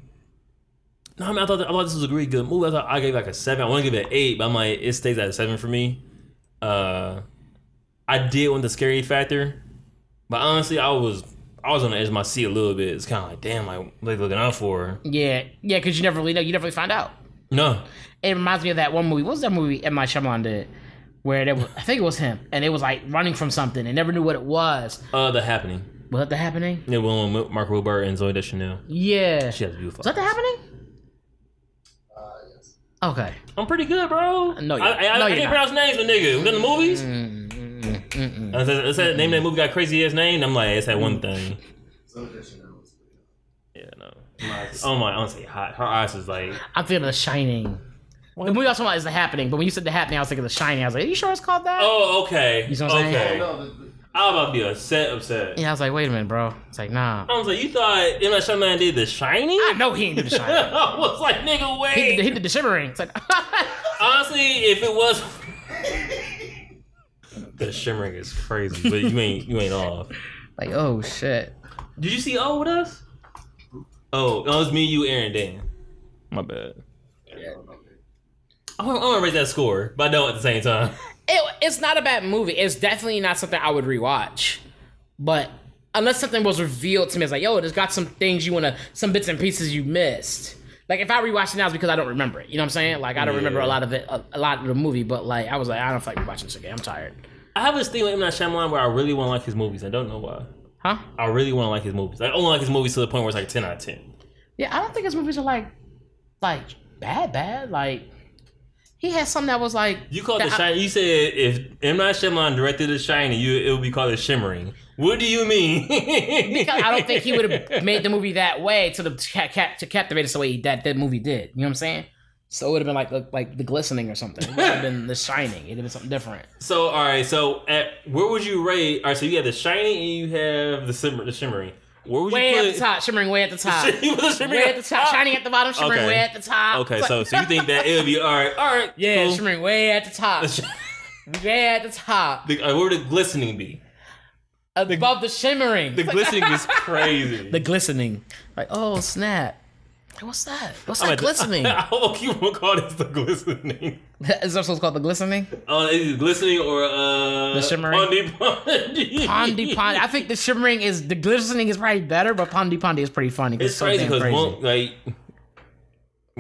S1: no, I, mean, I thought that, I thought this was a really good movie. I thought I gave like a seven. I want to give it an eight, but I'm like, it stays at a seven for me. Uh, I did want the scary factor, but honestly, I was I was on the edge of my seat a little bit. It's kind of like, damn, like what they looking out for. her.
S2: Yeah, yeah, because you never really know. You never really find out.
S1: No,
S2: It reminds me of that one movie. What was that movie M. Night Shyamalan did? Where there was, I think it was him, and it was like running from something and never knew what it was.
S1: uh, the happening.
S2: Was that the happening?
S1: Yeah, well, with Mark Wilbur and Zoe Deschanel.
S2: Yeah.
S1: She has beautiful.
S2: Was that the
S1: eyes.
S2: happening?
S3: Uh, yes.
S2: Okay.
S1: I'm pretty good, bro.
S2: No, you're-
S1: I, I, I
S2: no,
S1: can't
S2: you're Mm.
S1: pronounce names, but nigga, within the movies.
S2: Mm-hmm. Mm-mm.
S1: I said, I said name that movie got crazy ass name. I'm like, it's that
S2: Mm.
S1: one thing.
S3: So addition that was pretty
S1: Yeah, no.
S3: nice.
S1: Oh my, honestly, hot. Her eyes is like,
S2: I'm feeling The Shining. The movie I was talking about is The Happening, but when you said The Happening, I was thinking The Shining. I was like, are you sure it's called that?
S1: oh okay,
S2: You see what I'm
S1: okay.
S2: saying?
S3: Oh, No, the, the,
S1: I'm about to be upset, upset.
S2: Yeah, I was like, wait a minute, bro. It's like, nah.
S1: I was like, you thought M Night Shyamalan did The Shining?
S2: I know he ain't do The Shining.
S1: I was like, nigga,
S2: he, did,
S1: wait.
S2: the- he did The Shimmering. It's like,
S1: Honestly, if it was. The shimmering is crazy, but you ain't you ain't off.
S2: like oh shit.
S1: Did you see O with us? Oh, no, it was me, you, Aaron, Dan. My bad.
S3: yeah, I don't know.
S1: I want, I want to rate that score, but I don't at the same time.
S2: It, it's not a bad movie. It's definitely not something I would rewatch. But unless something was revealed to me, it's like, yo, there's got some things you want to, some bits and pieces you missed. Like if I rewatch it now, it's because I don't remember it. You know what I'm saying? Like I don't remember a
S1: Yeah.
S2: lot of it, a, a lot of the movie. But like I was like, I don't feel like rewatching this again. I'm tired.
S1: I have this thing with M Night Shyamalan where I really want to like his movies. I don't know why.
S2: Huh?
S1: I really want to like his movies. I only like his movies to the point where it's like ten out of ten.
S2: Yeah, I don't think his movies are like, like bad, bad. Like he had something that was like
S1: You called
S2: Nah,
S1: the
S2: I-
S1: shiny. You said if M Night Shyamalan directed the shiny, you it would be called the shimmering. What do you mean?
S2: Because I don't think he would have made the movie that way to the to, ca- ca- to captivate us the way that that movie did. You know what I'm saying? So it would have been like the, like the glistening or something. It would have been the shining. It'd have been something different.
S1: So all right. So at where would you rate? All right. So you have the shiny and you have the simmer, the shimmering. Where would
S2: Way
S1: you
S2: at
S1: put?
S2: the top, shimmering way at the top.
S1: You put the shimmering
S2: way at the top, shining at the bottom, shimmering
S1: Okay.
S2: way at the top.
S1: Okay.
S2: It's
S1: So
S2: like-
S1: so you think that it would be all right? All right.
S2: yeah,
S1: cool.
S2: shimmering way at the top, way at the top,
S1: The, uh, what would the glistening be?
S2: above the shimmering,
S1: The glistening is crazy.
S2: the glistening. Like oh snap, Hey, what's that? What's that glistening?
S1: I hope you won't call this the glistening.
S2: Is that what's called the glistening?
S1: Uh, is it glistening or uh?
S2: The shimmering?
S1: Pondy pondy.
S2: Pondy Pondy. I think the shimmering is the glistening is probably better, but Pondy Pondy is pretty funny. 'cause
S1: It's crazy
S2: so damn
S1: because
S2: crazy.
S1: one like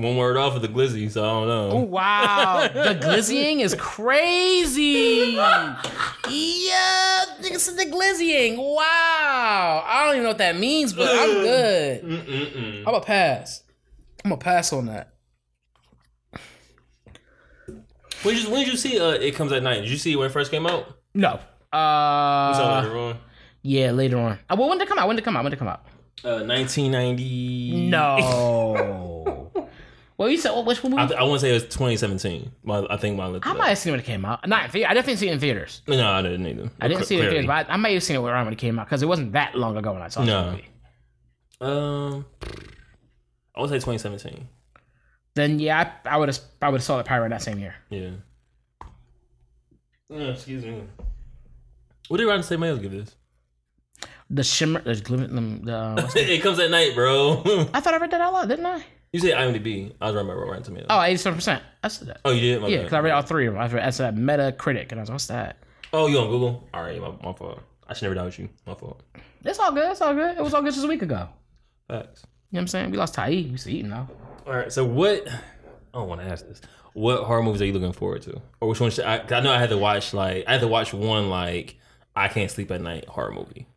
S1: one word off of the glizzy, so I don't
S2: Oh,
S1: know.
S2: Wow, the glizzying is crazy. yeah, this is the glizzying. Wow, I don't even know what that means, but I'm good.
S1: Mm. Mm-mm-mm.
S2: I'm a pass. I'm a pass on that.
S1: When did you, when did you see uh, it comes at night? Did you see it when it first came out?
S2: No.
S1: You saw it
S2: Uh,
S1: later on.
S2: yeah, later on. Uh, well, when did it come out? When did it come out? When did it come out?
S1: Uh, 1990.
S2: No. well, you said well, which one?
S1: I,
S2: I,
S1: th- I want to say it was 2017. My, I think my.
S2: I might have seen it when it came out. Not in theater. I definitely seen it in theaters.
S1: No, I didn't either.
S2: I didn't see it in
S1: Clearly.
S2: theaters, but I, I may have seen it around when it came out because it wasn't that long ago when I saw
S1: No.
S2: the movie.
S1: Um, I would say 2017.
S2: Then yeah, I, I would have I would have saw the pirate that same year.
S1: Yeah. Uh, excuse me. What did Rotten Say Mails give this?
S2: The shimmer, the glim, the. Uh, what's-
S1: it comes at night, bro.
S2: I thought I read that out loud, didn't I?
S1: you said IMDb. I was wrong about Rotten Tomatoes.
S2: Oh, 87 percent. I said that.
S1: Oh, you did? My
S2: Yeah,
S1: bad.
S2: because I read all three of them. I read, I said Metacritic, and I was what's that?
S1: Oh, you on Google? All right, my, my fault. I should never doubt you. My fault.
S2: It's all good. It's all good. It was all good just a week ago.
S1: Facts.
S2: You know what I'm saying? We lost Ty. We still eating though.
S1: All right, so what? I don't want to ask this. What horror movies are you looking forward to, or which one should I? 'cause I know I had to watch like I had to watch one like I can't sleep at night horror movie.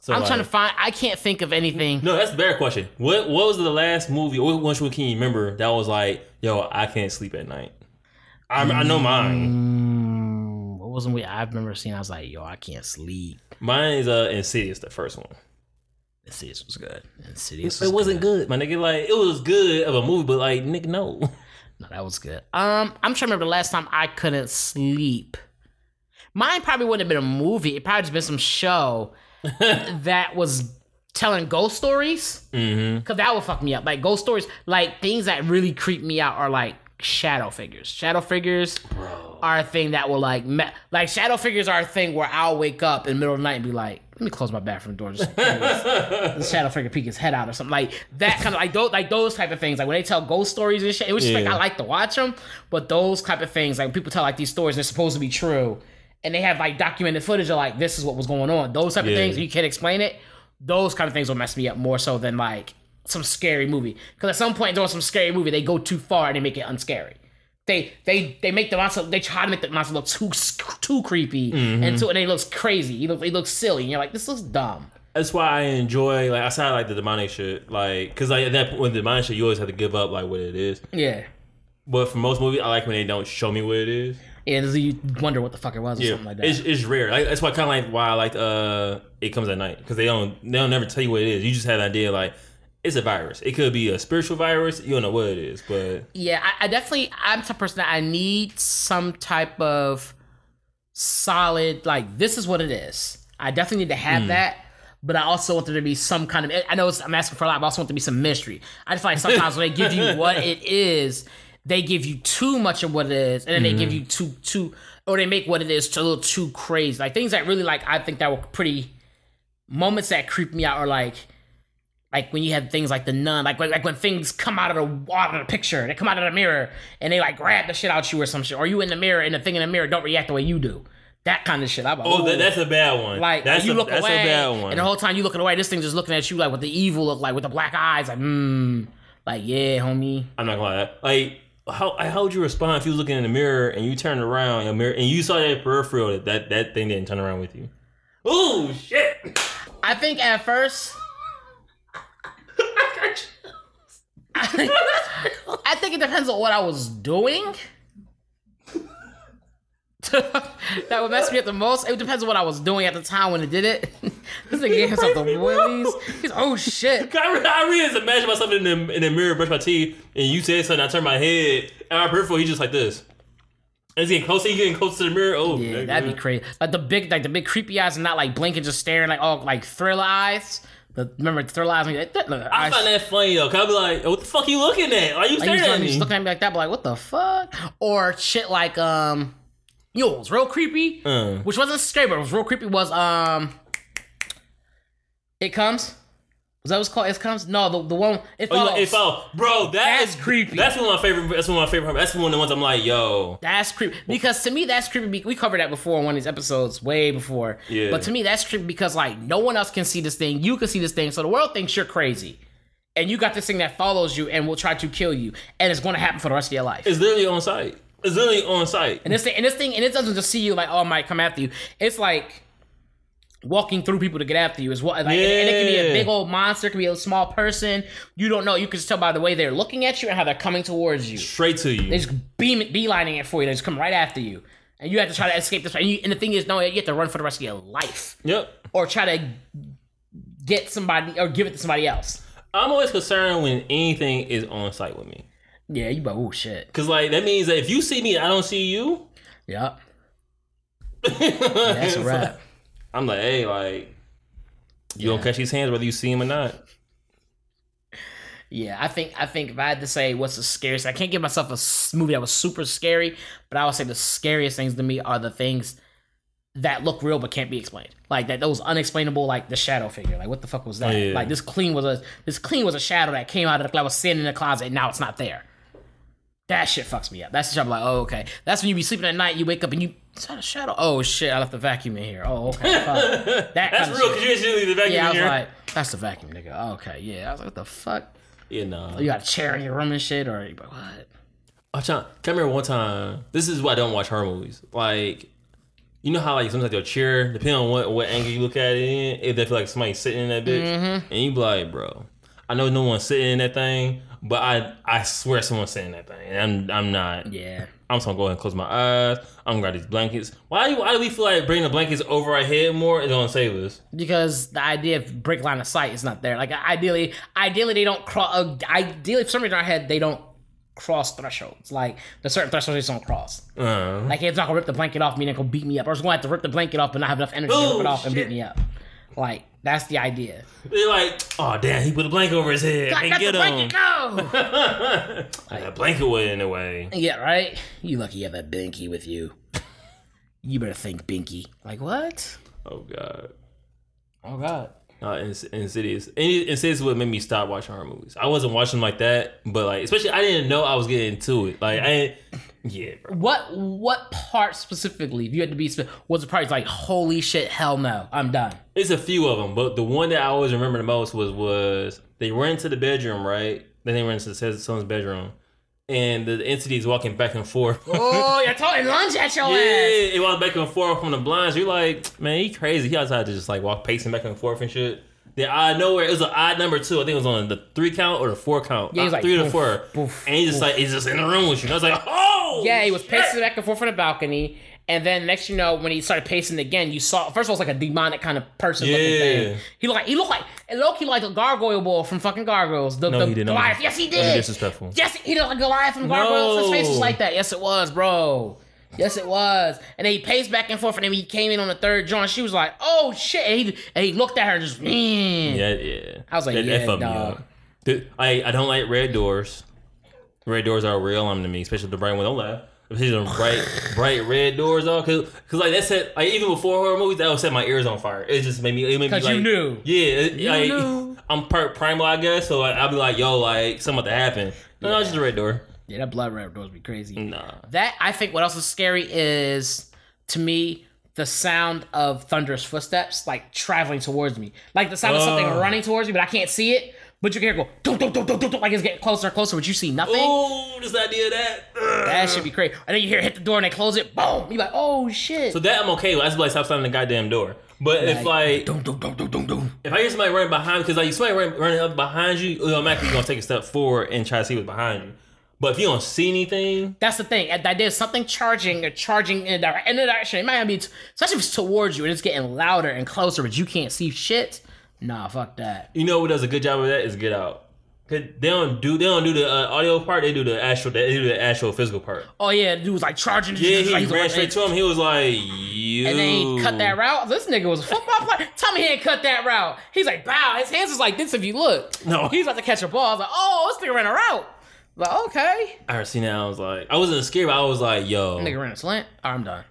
S1: So
S2: I'm trying to
S1: like-
S2: find. I can't think of anything.
S1: No, that's a better question. What What was the last movie? What one should- can you remember that was like, yo, I can't sleep at night. I, I know mine.
S2: Mm, what was the movie I've never seen? I was like, yo, I can't sleep.
S1: Mine is uh Insidious, the first one.
S2: Insidious was good. Insidious.
S1: It, it wasn't good, my nigga. Like it was good of a movie, but like nigga, no.
S2: No, that was good. Um, I'm trying to remember the last time I couldn't sleep. Mine probably wouldn't have been a movie. It probably just been some show that was telling ghost stories.
S1: hmm
S2: Cause that would fuck me up. Like ghost stories, like things that really creep me out are like shadow figures. Shadow figures are a thing that will like me- like shadow figures are a thing where I'll wake up in the middle of the night and be like, let me close my bathroom door just in case." the shadow figure peek his head out or something like that kind of like those like those type of things. Like when they tell ghost stories and shit, it was just like
S1: Yeah.
S2: I like to watch them, but those type of things like people tell like these stories and they're supposed to be true, and they have like documented footage of like this is what was going on. Those type of
S1: Yeah.
S2: things you can't explain it. Those kind of things will mess me up more so than like some scary movie. Because at some point during some scary movie, they go too far and they make it unscary they they they make the monster they try to make the monster look too sc- too creepy
S1: Mm-hmm.
S2: and so and it looks crazy he looks he looks silly and you're like this looks dumb
S1: That's why I enjoy like outside like the demonic shit, like because like at that point with the demonic shit, you always have to give up like what it is.
S2: yeah
S1: But for most movies, I like when they don't show me what it is.
S2: yeah so you wonder what the fuck it was or
S1: Yeah,
S2: something like that
S1: it's it's rare. Like, that's why kind of like why I like uh it comes at night because they don't they don't never tell you what it is. You just have an idea like it's a virus. It could be a spiritual virus. You don't know what it is, but
S2: yeah I, I definitely i'm the type of person that i need some type of solid like this is what it is i definitely need to
S1: Hmm.
S2: have that but I also want there to be some kind of. I know it's, I'm asking for a lot, but I also want there to be some mystery. I just feel like sometimes when they give you what it is, they give you too much of what it is, and then they give
S1: Hmm.
S2: you too too, or they make what it is too, a little too crazy. Like things that really like I think that were pretty moments that creep me out are like like when you have things like the nun, like when, like when things come out of the water, the picture, they come out of the mirror, and they like grab the shit out you or some shit, or you in the mirror and the thing in the mirror don't react the way you do. That kind of shit. I'm like,
S1: oh,
S2: "Ooh."
S1: that, that's a bad one.
S2: Like
S1: that's a,
S2: you look
S1: that's
S2: away,
S1: a bad one.
S2: and the whole time you looking away, this thing just looking at you like with the evil look, like with the black eyes, like mmm, like yeah, homie.
S1: I'm not gonna lie. Like how how would you respond if you was looking in the mirror and you turned around and, mirror, and you saw that peripheral that, that that thing didn't turn around with you? Oh shit!
S2: I think at first, I think it depends on what I was doing. that would mess me up the most. It depends on what I was doing at the time when it did it. this nigga gave himself the
S1: me
S2: willies. He's oh shit.
S1: I, re- I really just imagine myself in the in the mirror, brush my teeth, and you said something. I turn my head, and my peripheral, he's just like this. And he's getting closer. He's getting closer to the mirror. Oh,
S2: Yeah, that'd be crazy. Like the big, like the big creepy eyes, and not like blinking, just staring, like all like thriller eyes. The, remember thriller eyes? Like, that, look,
S1: I
S2: eyes-
S1: find that funny though. Cause I'd be like, "What the fuck you looking at? Are you
S2: like,
S1: staring
S2: you just,
S1: at
S2: you
S1: me?"
S2: just looking at me like that, but like what the fuck? Or shit like um, yo, it was real creepy,
S1: Uh.
S2: which wasn't scary, but it was real creepy. Was um, it comes. Was that what's called? It comes. No, the the one it
S1: Oh, you
S2: follows.
S1: like, it follow, bro. that
S2: That's
S1: is-
S2: creepy.
S1: That's one of my favorite. That's one of my favorite. That's one of the ones I'm like, yo.
S2: That's creepy because to me that's creepy. be- We covered that before on one of these episodes, way before.
S1: Yeah.
S2: But to me that's creepy because like no one else can see this thing. You can see this thing, so the world thinks you're crazy, and you got this thing that follows you and will try to kill you, and it's going to happen for the rest of your life.
S1: It's literally on site. It's literally on site.
S2: and this thing, and this thing, and it doesn't just see you like oh it might come after you. It's like walking through people to get after you as well. Like, and- and, it can be a
S1: Yeah.
S2: big old monster, it can be a small person. You don't know. You can just tell by the way they're looking at you and how they're coming towards you.
S1: Straight to you.
S2: They just beam beelining it for you. They just come right after you, and you have to try to escape this. And, you, and the thing is, no, you have to run for the rest of your life,
S1: yep.
S2: or try to get somebody or give it to somebody else.
S1: I'm always concerned when anything is on site with me.
S2: Yeah, you but oh shit.
S1: Cause like that means that if you see me, I don't see you.
S2: Yep, that's a wrap.
S1: I'm like, hey, like you don't catch these hands whether you see him or not.
S2: Yeah, I think I think if I had to say what's the scariest, I can't give myself a s- movie that was super scary, but I would say the scariest things to me are the things that look real but can't be explained. Like that those unexplainable, like the shadow figure. Like what the fuck was that?
S1: Yeah.
S2: Like this clean was a this clean was a shadow that came out of the that was sitting in the closet and now it's not there. That shit fucks me up. That's the shit I'm like, oh okay. That's when you be sleeping at night, you wake up and you is that a shadow? Oh shit, I left the vacuum in here. Oh okay. fuck. That
S1: That's
S2: kinda
S1: real.
S2: shit.
S1: Cause you actually leave the vacuum
S2: Yeah, I
S1: in
S2: was
S1: here.
S2: like, that's the vacuum, nigga. Okay, yeah. I was like, what the fuck?
S1: Yeah, nah.
S2: You got a chair in your room and shit, or you- what?
S1: I'm trying. Can I remember one time? This is why I don't watch horror movies. Like, you know how like sometimes your chair, depending on what what angle you look at it in, if they feel like somebody's sitting in that bitch,
S2: Mm-hmm.
S1: and you be like, bro, I know no one's sitting in that thing, but I I swear someone's sitting in that thing, and I'm I'm not.
S2: Yeah.
S1: I'm just gonna go ahead and close my eyes. I'm gonna grab these blankets. Why do why do we feel like bringing the blankets over our head more is gonna save us?
S2: because the idea of break line of sight is not there. Like ideally, ideally they don't cross. Uh, ideally, for some reason in our head, they don't cross thresholds. Like the certain thresholds they just don't cross.
S1: Uh,
S2: Like it's not gonna rip the blanket off me and go beat me up, or it's gonna have to rip the blanket off and not have enough energy to
S1: Oh,
S2: rip it off and
S1: shit.
S2: beat me up. Like that's the idea.
S1: they're like, oh damn, he put a blanket over his head. I
S2: let
S1: can't get
S2: the
S1: him.
S2: blanket go.
S1: Like, that blanket was in the way.
S2: yeah, right. You lucky you have that binky with you. You better think binky. Like what?
S1: Oh god.
S2: Oh God.
S1: Uh, Ins- Insidious. In- Insidious would make me stop watching horror movies. I wasn't watching them like that, but like, especially I didn't know I was getting into it. Like, I, ain't- yeah, bro.
S2: What what part specifically? If you had to be, spe- was the part like holy shit, hell no, I'm done.
S1: It's a few of them, but the one that I always remember the most was was they ran into the bedroom, right? Then they ran into the son's bedroom, and the entity is walking back and forth.
S2: Oh, you're throwing lunch at your
S1: Yeah,
S2: ass.
S1: it walked back and forth from the blinds. You're like, man, he crazy. He outside to just like walk pacing back and forth and shit. Then out of nowhere, it was an odd number too. I think it was on the three count or the four count.
S2: Yeah, he was
S1: Uh,
S2: like,
S1: three to
S2: boof,
S1: four.
S2: boof,
S1: and he just like, he's just in the room with you. And I was like, oh,
S2: Yeah, he was
S1: shit.
S2: pacing back and forth on the balcony. And then next you know, when he started pacing again, you saw first of all it's like a demonic kind of person looking
S1: Yeah.
S2: thing. He looked like he looked like it looked like a gargoyle boy from fucking Gargoyles. The,
S1: No,
S2: the
S1: he did not.
S2: Goliath. Yes he
S1: That'd be
S2: did.
S1: disrespectful.
S2: Yes he looked like Goliath from Gargoyles. His face was
S1: No.
S2: like that. Yes it was, bro. Yes it was. And then he paced back and forth and then he came in on the third joint. She was like, Oh shit and he, and he looked at her and just mm.
S1: Yeah, yeah.
S2: I was like, yeah, dog.
S1: Dude, I I don't like red doors. Red doors are real alarm to me, especially the bright one. Don't laugh. Especially the bright, bright red doors, dog. Cause, cause like that set, like even before horror movies, that would set my ears on fire. It just made me, it made me
S2: 'Cause you
S1: like,
S2: knew.
S1: yeah, it-
S2: You
S1: like,
S2: knew.
S1: I'm part primal, I guess. So like, I'll be like, yo, like something about to happen. No, no, it's just a red door.
S2: Yeah, that blood red doors be crazy.
S1: Nah,
S2: That I think what else is scary is to me the sound of thunderous footsteps like traveling towards me, like the sound of something
S1: Oh.
S2: running towards me, but I can't see it. But you can hear it go dunk, dunk, dunk, dunk, dunk, dunk, like it's getting closer and closer, but you see nothing.
S1: oh, this idea of that. Ugh.
S2: That should be crazy. And then you hear it hit the door and they close it. Boom! You like, oh shit.
S1: So that I'm okay with. I just like stop slamming the goddamn door. But if like
S2: dum, dum, dum, dum, dum, dum.
S1: If I hear somebody running behind, because like somebody running, running up behind you, you automatically gonna take a step forward and try to see what's behind you. But if you don't see anything,
S2: That's the thing. That there's something charging or charging in a, dire- in a direction. It might not be, t- especially if it's towards you and it's getting louder and closer, but you can't see shit. Nah, fuck that.
S1: you know what does a good job of that is get out. Cause they don't do they don't do the uh, audio part. They do the actual they do the actual physical part.
S2: Oh yeah, the dude was like charging.
S1: Yeah,
S2: Like,
S1: he
S2: he's
S1: ran
S2: like-
S1: straight to him. He was like, "You."
S2: And then he cut that route. This nigga was a football player. Tommy had cut that route. He's like, bow. His hands is like this if you look.
S1: No.
S2: He's about to catch a ball. I was like, oh, this nigga ran a route. Like, okay.
S1: I seen that. I was like, I wasn't scared, but I was like, "Yo."
S2: Nigga ran a slant. Oh, I'm done.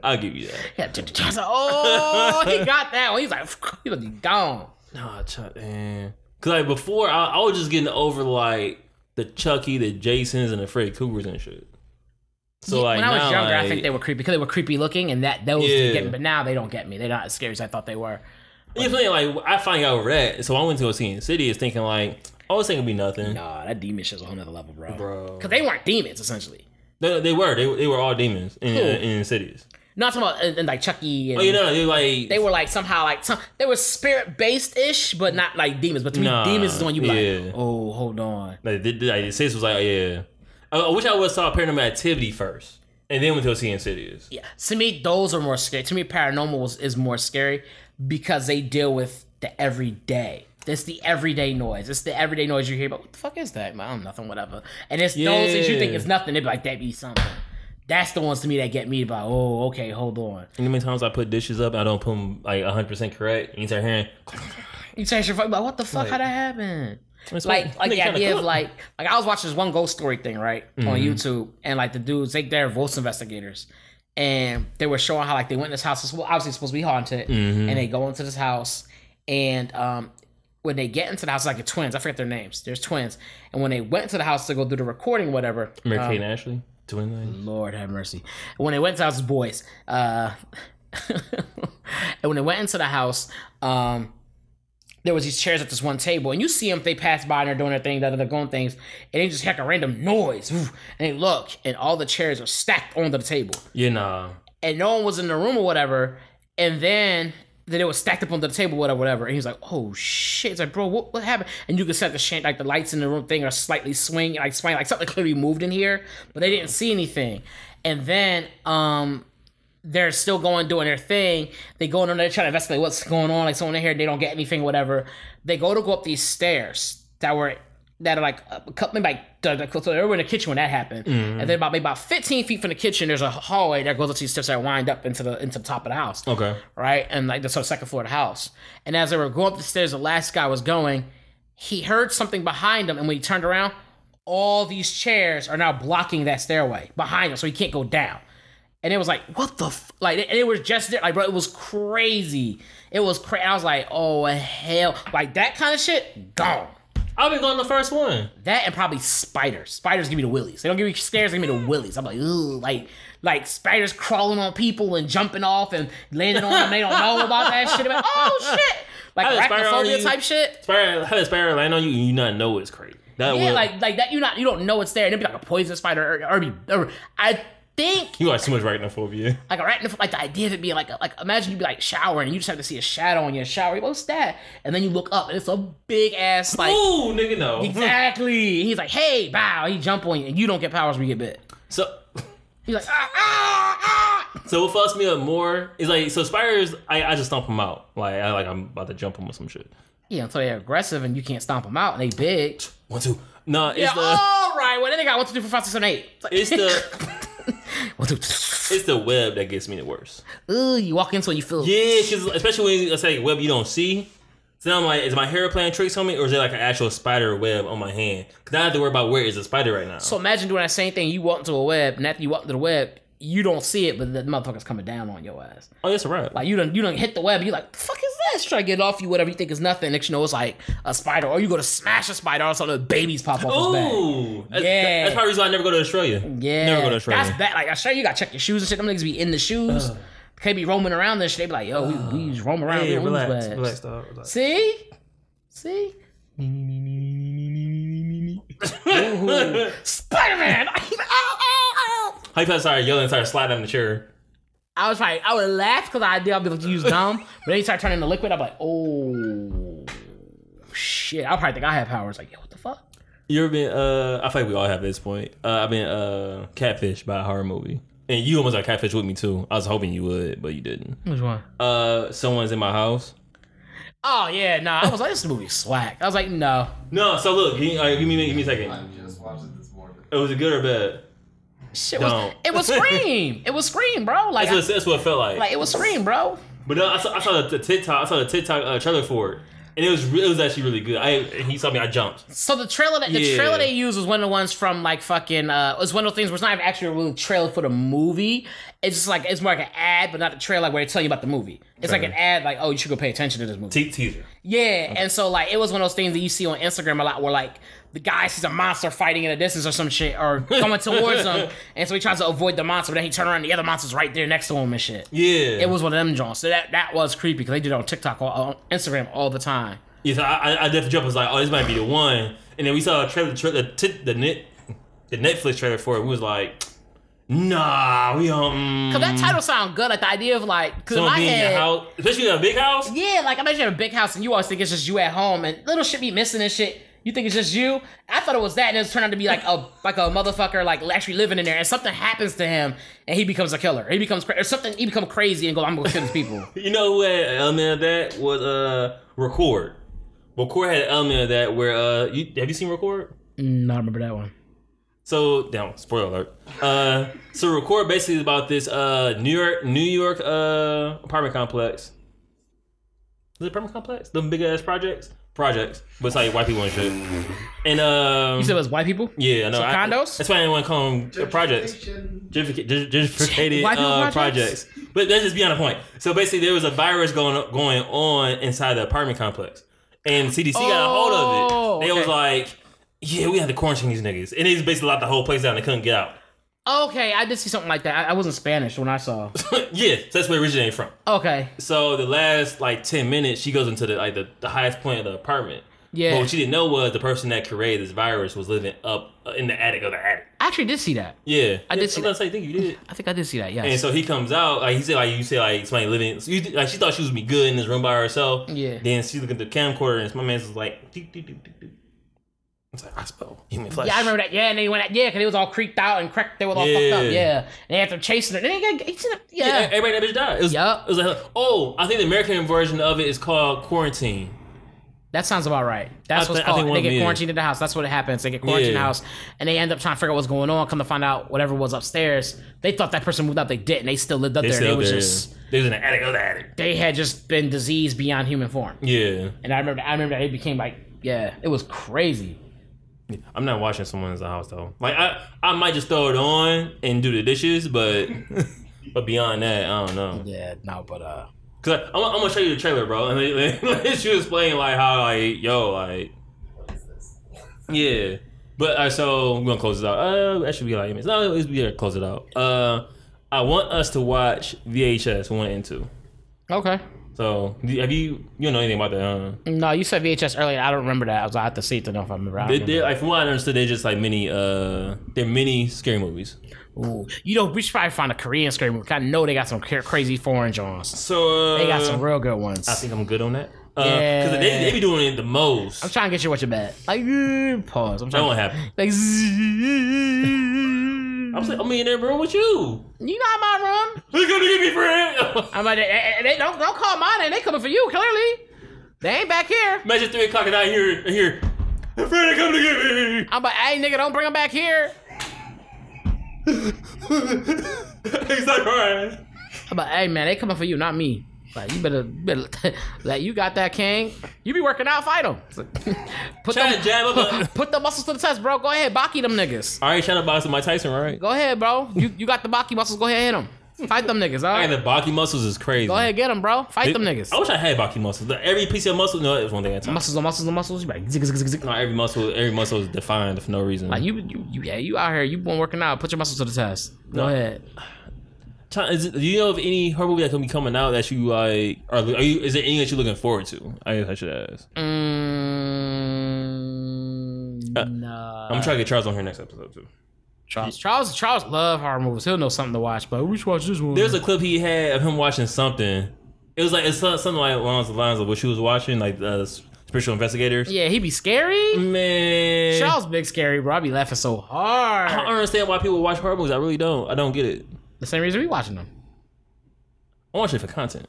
S1: I'll give you that.
S2: Yeah, t- t- I was like, oh, he got that one. He's like, he was gone.
S1: Nah, Chuck, man. Cause like before, I, I was just getting over like the Chucky, the Jasons, and the Freddy Cougars and shit. So like
S2: when I was
S1: now,
S2: younger, I
S1: like-
S2: think they were creepy because they were creepy looking, and that those
S1: Yeah.
S2: did get me. But now they don't get me. They're not as scary as I thought they were.
S1: You know, like I finally got over that, so I went to go see Insidious, thinking like, "Oh, this ain't gonna be nothing."
S2: Nah, that demon shit's a whole nother level, bro.
S1: Bro.
S2: Because they weren't demons essentially.
S1: They, they were, they, were- they were all demons in, in Insidious.
S2: Not talking about uh, and, and like Chucky. And,
S1: Oh, you know, they were like
S2: they were like somehow like some, they were spirit based ish, but not like demons. But to me,
S1: Nah,
S2: demons is the one you be
S1: yeah.
S2: like, oh, hold on.
S1: like, they, they- like Insidious was like, yeah. I, I wish I would saw Paranormal Activity first, and then went to go see Insidious.
S2: Yeah, to me, those are more scary. To me, paranormal is, is more scary because they deal with the everyday. It's the everyday noise. It's the everyday noise you hear. But what the fuck is that? Man, I'm nothing, whatever. And it's those things you think
S1: Yeah.
S2: is nothing. They be like, that be something. That's the ones to me that get me about. Oh, okay, hold on.
S1: And how many times I put dishes up, and I don't put them like 100 percent correct, and you start hearing,
S2: You change your fuck. But what the fuck? How'd that happen?
S1: It's
S2: like
S1: what-
S2: like the
S1: nigga tryna
S2: idea of
S1: cook.
S2: like like I was watching this one ghost story thing right on YouTube, and like the dudes they they're ghost investigators, and they were showing how like they went in this house it's obviously it's supposed to be haunted, and they go into this house, and um when they get into the house like it's twins I forget their names there's twins, and when they went into the house to go do the recording whatever,
S1: Um, Mary Kate and Ashley, twin thing.
S2: Lord have mercy. When they went to house boys, uh, and when they went into the house, um, there was these chairs at this one table, and you see them. They pass by and they're doing their thing, that they're going things, and they just heck a random noise, and they look, and all the chairs are stacked onto the table,
S1: Yeah, nah.
S2: and no one was in the room or whatever. And then then it was stacked up onto the table, whatever, whatever. And he's like, "Oh shit!" It's like, bro, what, what happened? And you can see like the shant, like the lights in the room thing are slightly swing, like swing, like something clearly moved in here, but they didn't see anything. And then um they're still going doing their thing. They go in there trying to investigate what's going on. Like someone in here, they don't get anything, whatever. They go to go up these stairs that were that are like a couple, maybe like the- the- so they were in the kitchen when that happened, and then about maybe about fifteen feet from the kitchen, there's a hallway that goes up to these steps that wind up into the into the top of the house,
S1: Okay.
S2: right? And like the sort of second floor of the house. And as they were going up the stairs, the last guy was going. He heard something behind him, and when he turned around, all these chairs are now blocking that stairway behind him, so he can't go down and it was like, what the f-? like? And it was just there, like, bro, it was crazy. It was crazy. I was like, oh hell, like that kind of shit gone.
S1: I'll be going the first one.
S2: That and probably spiders. Spiders give me the willies. They don't give me scares. They give me the willies. I'm like, ooh, like like spiders crawling on people and jumping off and landing on them. They don't know about that shit. About oh shit, like
S1: I had a spider on
S2: arachnophobia
S1: you.
S2: type shit.
S1: Spider, how does Spider land on you and you not know it's crazy? That
S2: Yeah,
S1: would-
S2: like like that. You not you don't know it's there. And it'd be like a poison spider or, or, be- or I think
S1: You got too much arachnophobia.
S2: like arachnophobe, like the idea of it being like, like imagine you be like showering and you just have to see a shadow in your shower. You're like, What's that? And then you look up and it's a big ass like
S1: Ooh, nigga, no.
S2: exactly. He's like, hey, bow. He jump on you and you don't get powers when you get bit.
S1: So,
S2: He's like, ah, ah, ah.
S1: so what fucks me up more is like, so spiders, I, I just stomp them out. Like, I like, I'm about to jump them with some shit.
S2: Yeah, until they're aggressive and you can't stomp them out and they big.
S1: One, two. No, it's
S2: Yeah, oh.
S1: the,
S2: all right. Well, then they got one, two, three, four, five, six, seven, eight. It's like,
S1: it's the,
S2: one, two, three.
S1: it's the web that gets me the worst.
S2: Ooh, you walk into it, you feel.
S1: Yeah, because especially when it's like a web you don't see. So now I'm like, is my hair playing tricks on me, or is it like an actual spider web on my hand? Because I have to worry about where is the spider right now.
S2: So imagine doing that same thing. You walk into a web, and after you walk into the web, you don't see it, but the motherfucker's coming down on your ass.
S1: oh, that's a wrap.
S2: Like you don't you don't hit the web. You like the fuck is this? Try to get it off you. Whatever you think is nothing. Next you know it's like a spider, or you go to smash a spider, or something. Babies pop off his back.
S1: Ooh, that's,
S2: Yeah.
S1: that's probably the reason I never go to Australia.
S2: Yeah,
S1: never go to Australia. Uh.
S2: That's bad. Like I sure you got to check your shoes and shit. Them niggas be in the shoes. Can't be roaming around this shit. They be like, yo, we, we just roam around.
S1: Hey,
S2: we don't lose
S1: Uh. relax,
S2: webs.
S1: relax, dog. Relax.
S2: See, see. Spider Man. oh,
S1: How you feel? Sorry, yelling, started sliding on the chair.
S2: I was like, I would laugh because I did. I'd be like, you was dumb. But then you start turning into liquid. I'm like, oh shit. I probably think I have powers. Like, yo, what the fuck?
S1: You ever been? Uh, I feel like we all have at this point. Uh, I've been uh catfished by a horror movie, and you almost got catfished with me too. I was hoping you would, but you didn't.
S2: Which one?
S1: Uh, someone's in my house.
S2: Oh yeah, nah. I was like, this movie slack. I was like, no.
S1: No, so look, give me, all right, give me, give me a
S3: I
S1: second.
S3: just watched it this morning.
S1: It was it good or bad?
S2: Shit was
S1: Don't.
S2: it was Scream. it was Scream, bro. Like,
S1: That's what, that's what it felt like.
S2: I- like it was Scream, bro.
S1: But no, I saw, I saw the, the TikTok. I saw the TikTok uh, trailer for it, and it was re- it was actually really good. I he saw me, I jumped.
S2: So the trailer that the
S1: Yeah.
S2: trailer they used was one of the ones from like fucking uh it was one of those things where it's not even actually a real trailer for the movie. It's just like it's more like an ad, but not a trailer like where they tell you about the movie. It's like an ad like, oh, you should go pay attention to this movie.
S1: Te- teaser.
S2: Yeah, and so like it was one of those things that you see on Instagram a lot, where like the guy sees a monster fighting in the distance or some shit, or coming towards him, and so he tries to avoid the monster, but then he turns around, and the other monster's right there next to him and shit.
S1: Yeah,
S2: It was one of them John. So that that was creepy because they did it on TikTok, all, on Instagram all the time.
S1: Yeah, so I, I, I definitely jumped. I was like, oh, this might be the one. And then we saw a trailer, tra- the, t- the net, the Netflix trailer for it. We was like, nah, we don't.
S2: Cause that title sound good, like the idea of like, cause in
S1: Mm. Someone
S2: my
S1: be in your
S2: head,
S1: house, especially in a big house.
S2: yeah, like imagine you have a big house and you always think it's just you at home and little shit be missing and shit. You think it's just you? I thought it was that, and it turned out to be like a like a motherfucker like actually living in there, and something happens to him, and he becomes a killer. He becomes cra- or something. He become crazy and go, I'm gonna kill these people.
S1: You know who had an element of that was uh record. Record had an element of that where uh, you, have you seen record?
S2: no, Mm, I remember that one.
S1: So down spoiler alert. Uh, so record basically is about this uh New York New York uh apartment complex. Is it apartment complex? Them big ass projects, projects. But it's like white people and shit. And um,
S2: You said it was white people.
S1: yeah, I know.
S2: so
S1: I-
S2: condos?
S1: That's why I didn't want to call them projects.
S3: Gentrification.
S1: Gentrific- gen- Gentrificated
S2: White people
S1: uh,
S2: projects?
S1: projects. But that's just beyond the point. So basically, there was a virus going going on inside the apartment complex, and CDC got a hold of it. They
S2: Oh,
S1: was
S2: okay.
S1: like, "Yeah, we had to quarantine these niggas," and they basically locked the whole place down. They couldn't get out.
S2: Okay, I did see something like that. I, I wasn't Spanish when I saw.
S1: yeah, so that's where it originated from.
S2: Okay,
S1: So the last like ten minutes, she goes into the like the, the highest point of the apartment. But
S2: yeah,
S1: what she didn't know was the person that created this virus was living up uh, in the attic of the attic.
S2: I actually did see that.
S1: Yeah,
S2: I did see
S1: I think you did.
S2: I think I did see that.
S1: And
S2: Yes.
S1: so he comes out, like he said, like you said, like somebody living. so you, like she thought she was gonna be good in this room by herself.
S2: Yeah.
S1: Then she looked at the camcorder, and my man's was like, "Doo, doo, doo, doo, doo." it's like I spell human flesh.
S2: Yeah, I remember that. Yeah, and they went. Out, yeah, because it was all creaked out and cracked. They were all fucked
S1: Yeah.
S2: up. Yeah, and after chasing it, then they got. it's in a-
S1: Yeah,
S2: Yeah.
S1: everybody in that bitch died. It was,
S2: Yup.
S1: it was like, oh, I think the American version of it is called quarantine.
S2: That sounds about right. That's
S1: I
S2: what's
S1: thi- I
S2: called.
S1: think
S2: And
S1: one
S2: they get
S1: million.
S2: quarantined in the house. That's what happens. They get quarantined in the
S1: Yeah.
S2: house, and they end up trying to figure out what's going on. Come to find out, whatever was upstairs, they thought that person moved up. They didn't. They still lived up
S1: They
S2: there. and
S1: still
S2: they was
S1: there.
S2: just
S1: They was in the attic of the attic.
S2: they had just been diseased beyond human form.
S1: Yeah,
S2: And I remember, I remember that it became like, yeah, it was crazy.
S1: I'm not watching someone's house though. Like I, I might just throw it on and do the dishes, but but beyond that, I don't know.
S2: Yeah, no, but uh,
S1: Cause I, am I'm gonna show you the trailer, bro, and like, like, she was playing like how like yo like yeah. But uh, so we're gonna close it out. Uh, that should be like eight minutes. No, it's be there. Close it out. Uh, I want us to watch VHS one and two.
S2: okay.
S1: So do you- have you you don't know anything about that? Huh?
S2: No, you said VHS earlier. I don't remember that. I was, I have to see it to know if I remember. I don't
S1: They,
S2: remember.
S1: they, like from what I understood, they're just like mini uh they're mini scary movies.
S2: Ooh, you know, we should probably find a Korean scary movie. 'cause I know they got some ca- crazy foreign Johns.
S1: So uh,
S2: They got some real good ones.
S1: I think I'm good on that. Uh,
S2: Yeah.
S1: Cause they, they be doing it the most.
S2: I'm trying to get you what you bet. Like, yeah, pause. I'm
S1: that
S2: trying.
S1: won't happen.
S2: Like,
S1: I'm saying, I'm in there, bro. With you.
S2: you not my room.
S1: They gonna get me for it.
S2: I'm like, eh, eh, eh, they, don't don't call mine, and they coming for you. Clearly, they ain't back here.
S1: Imagine three o'clock and I hear here. Freddy come to get me.
S2: I'm like, hey, nigga, don't bring them back here.
S1: He's not crying.
S2: I'm like, hey, man, they coming for you, not me. Like, you better, better like, you got that, King. You be working out, fight them. put,
S1: Try
S2: them
S1: to jab up.
S2: put the muscles to the test, bro. Go ahead, Baki them niggas.
S1: All right, shout out box to Mike Tyson, right?
S2: Go ahead, bro. You you got the Baki muscles. Go ahead, hit them. Fight them niggas, all
S1: And
S2: right?
S1: the Baki muscles is crazy.
S2: Go ahead, get them, bro. Fight them
S1: I
S2: niggas. Mm.
S1: wish I had Baki muscles. Like, every piece of muscle, no, it's one thing at a time.
S2: Muscles on muscles on muscles. You like, zig, zig, zig, zig.
S1: Not every muscle, every muscle is defined for no reason.
S2: Like, you, you, you, yeah, you out here. You been working out. Put your muscles to the test. Go
S1: No.
S2: ahead.
S1: Chi- is it, do you know of any horror movie that can be coming out that you like? Are, are you? Is there any that you're looking forward to? I guess I should ask.
S2: Mm,
S1: Uh,
S2: nah.
S1: I'm gonna try to get Charles on here next episode too.
S2: Charles, Charles, Charles love horror movies. He'll know something to watch, but we should watch this one.
S1: There's a clip he had of him watching something. It was like it's so- something like along the lines of what she was watching, like uh, spiritual investigators.
S2: yeah, he be
S1: Mm,
S2: scary.
S1: Man,
S2: Charles big scary, bro. I be laughing so hard.
S1: I don't understand why people watch horror movies. I really don't. I don't get it.
S2: The same reason we watching them.
S1: I watch it for content.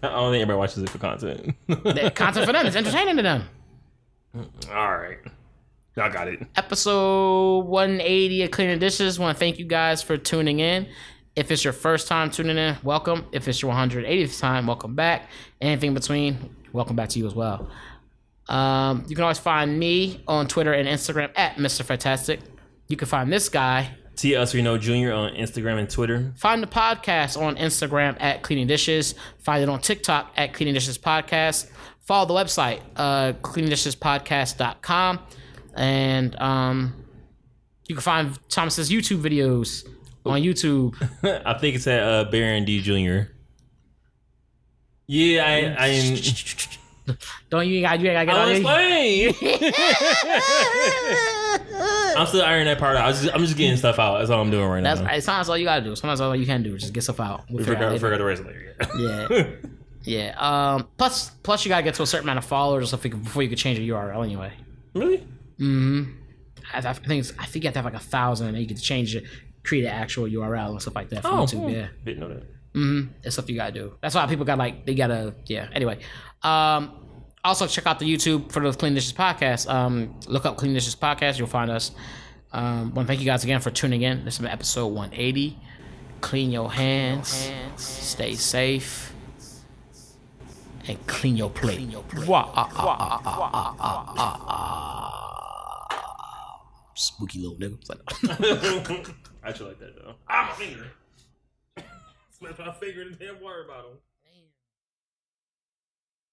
S1: I don't think everybody watches it for content.
S2: The content for them is entertaining to them.
S1: All right, y'all got it.
S2: Episode 180 of Cleaning Dishes. Want to thank you guys for tuning in. If it's your first time tuning in, welcome. If it's your 180th time, welcome back. Anything in between, welcome back to you as well. Um, you can always find me on Twitter and Instagram at Mr. Fantastic. You can find this guy
S1: T. Us Reno Jr. on Instagram and Twitter.
S2: Find the podcast on Instagram at Cleaning Dishes. Find it on TikTok at Cleaning Dishes Podcast. Follow the website, uh, cleaningdishespodcast.com. And um, you can find Thomas's YouTube videos on YouTube.
S1: I think it's at uh, Baron D Jr. Yeah, I, I,
S2: Don't you got you ain't
S1: I
S2: gotta
S1: was
S2: get on
S1: playing. I'm still ironing that part out. I was just, I'm just getting stuff out. That's all I'm doing right
S2: That's
S1: now.
S2: it's sometimes all you gotta do. Sometimes all you can do is just get stuff out. We'll
S1: we
S2: figure it out
S1: forgot,
S2: later.
S1: forgot the rest later.
S2: Yeah. yeah. Um, plus plus you gotta get to a certain amount of followers or something before you could change your URL anyway.
S1: really?
S2: I, I think it's, I think you have to have like a thousand, and you get to change it, create an actual URL and stuff like that for
S1: Oh,
S2: YouTube.
S1: hmm.
S2: Yeah,
S1: Didn't know that.
S2: that's stuff you gotta do. That's why people got like they gotta yeah. Anyway, um, also check out the YouTube for the Clean Dishes podcast. Um, look up Clean Dishes podcast, you'll find us. Um, want to thank you guys again for tuning in. This has been episode 180. Clean your hands, stay safe, and clean your plate. Wah, ah, ah, ah, ah, ah, ah, ah, ah. Spooky little nigga. It's like-
S1: I actually like that though. Ah, my finger. Smashed my finger in the damn water bottle.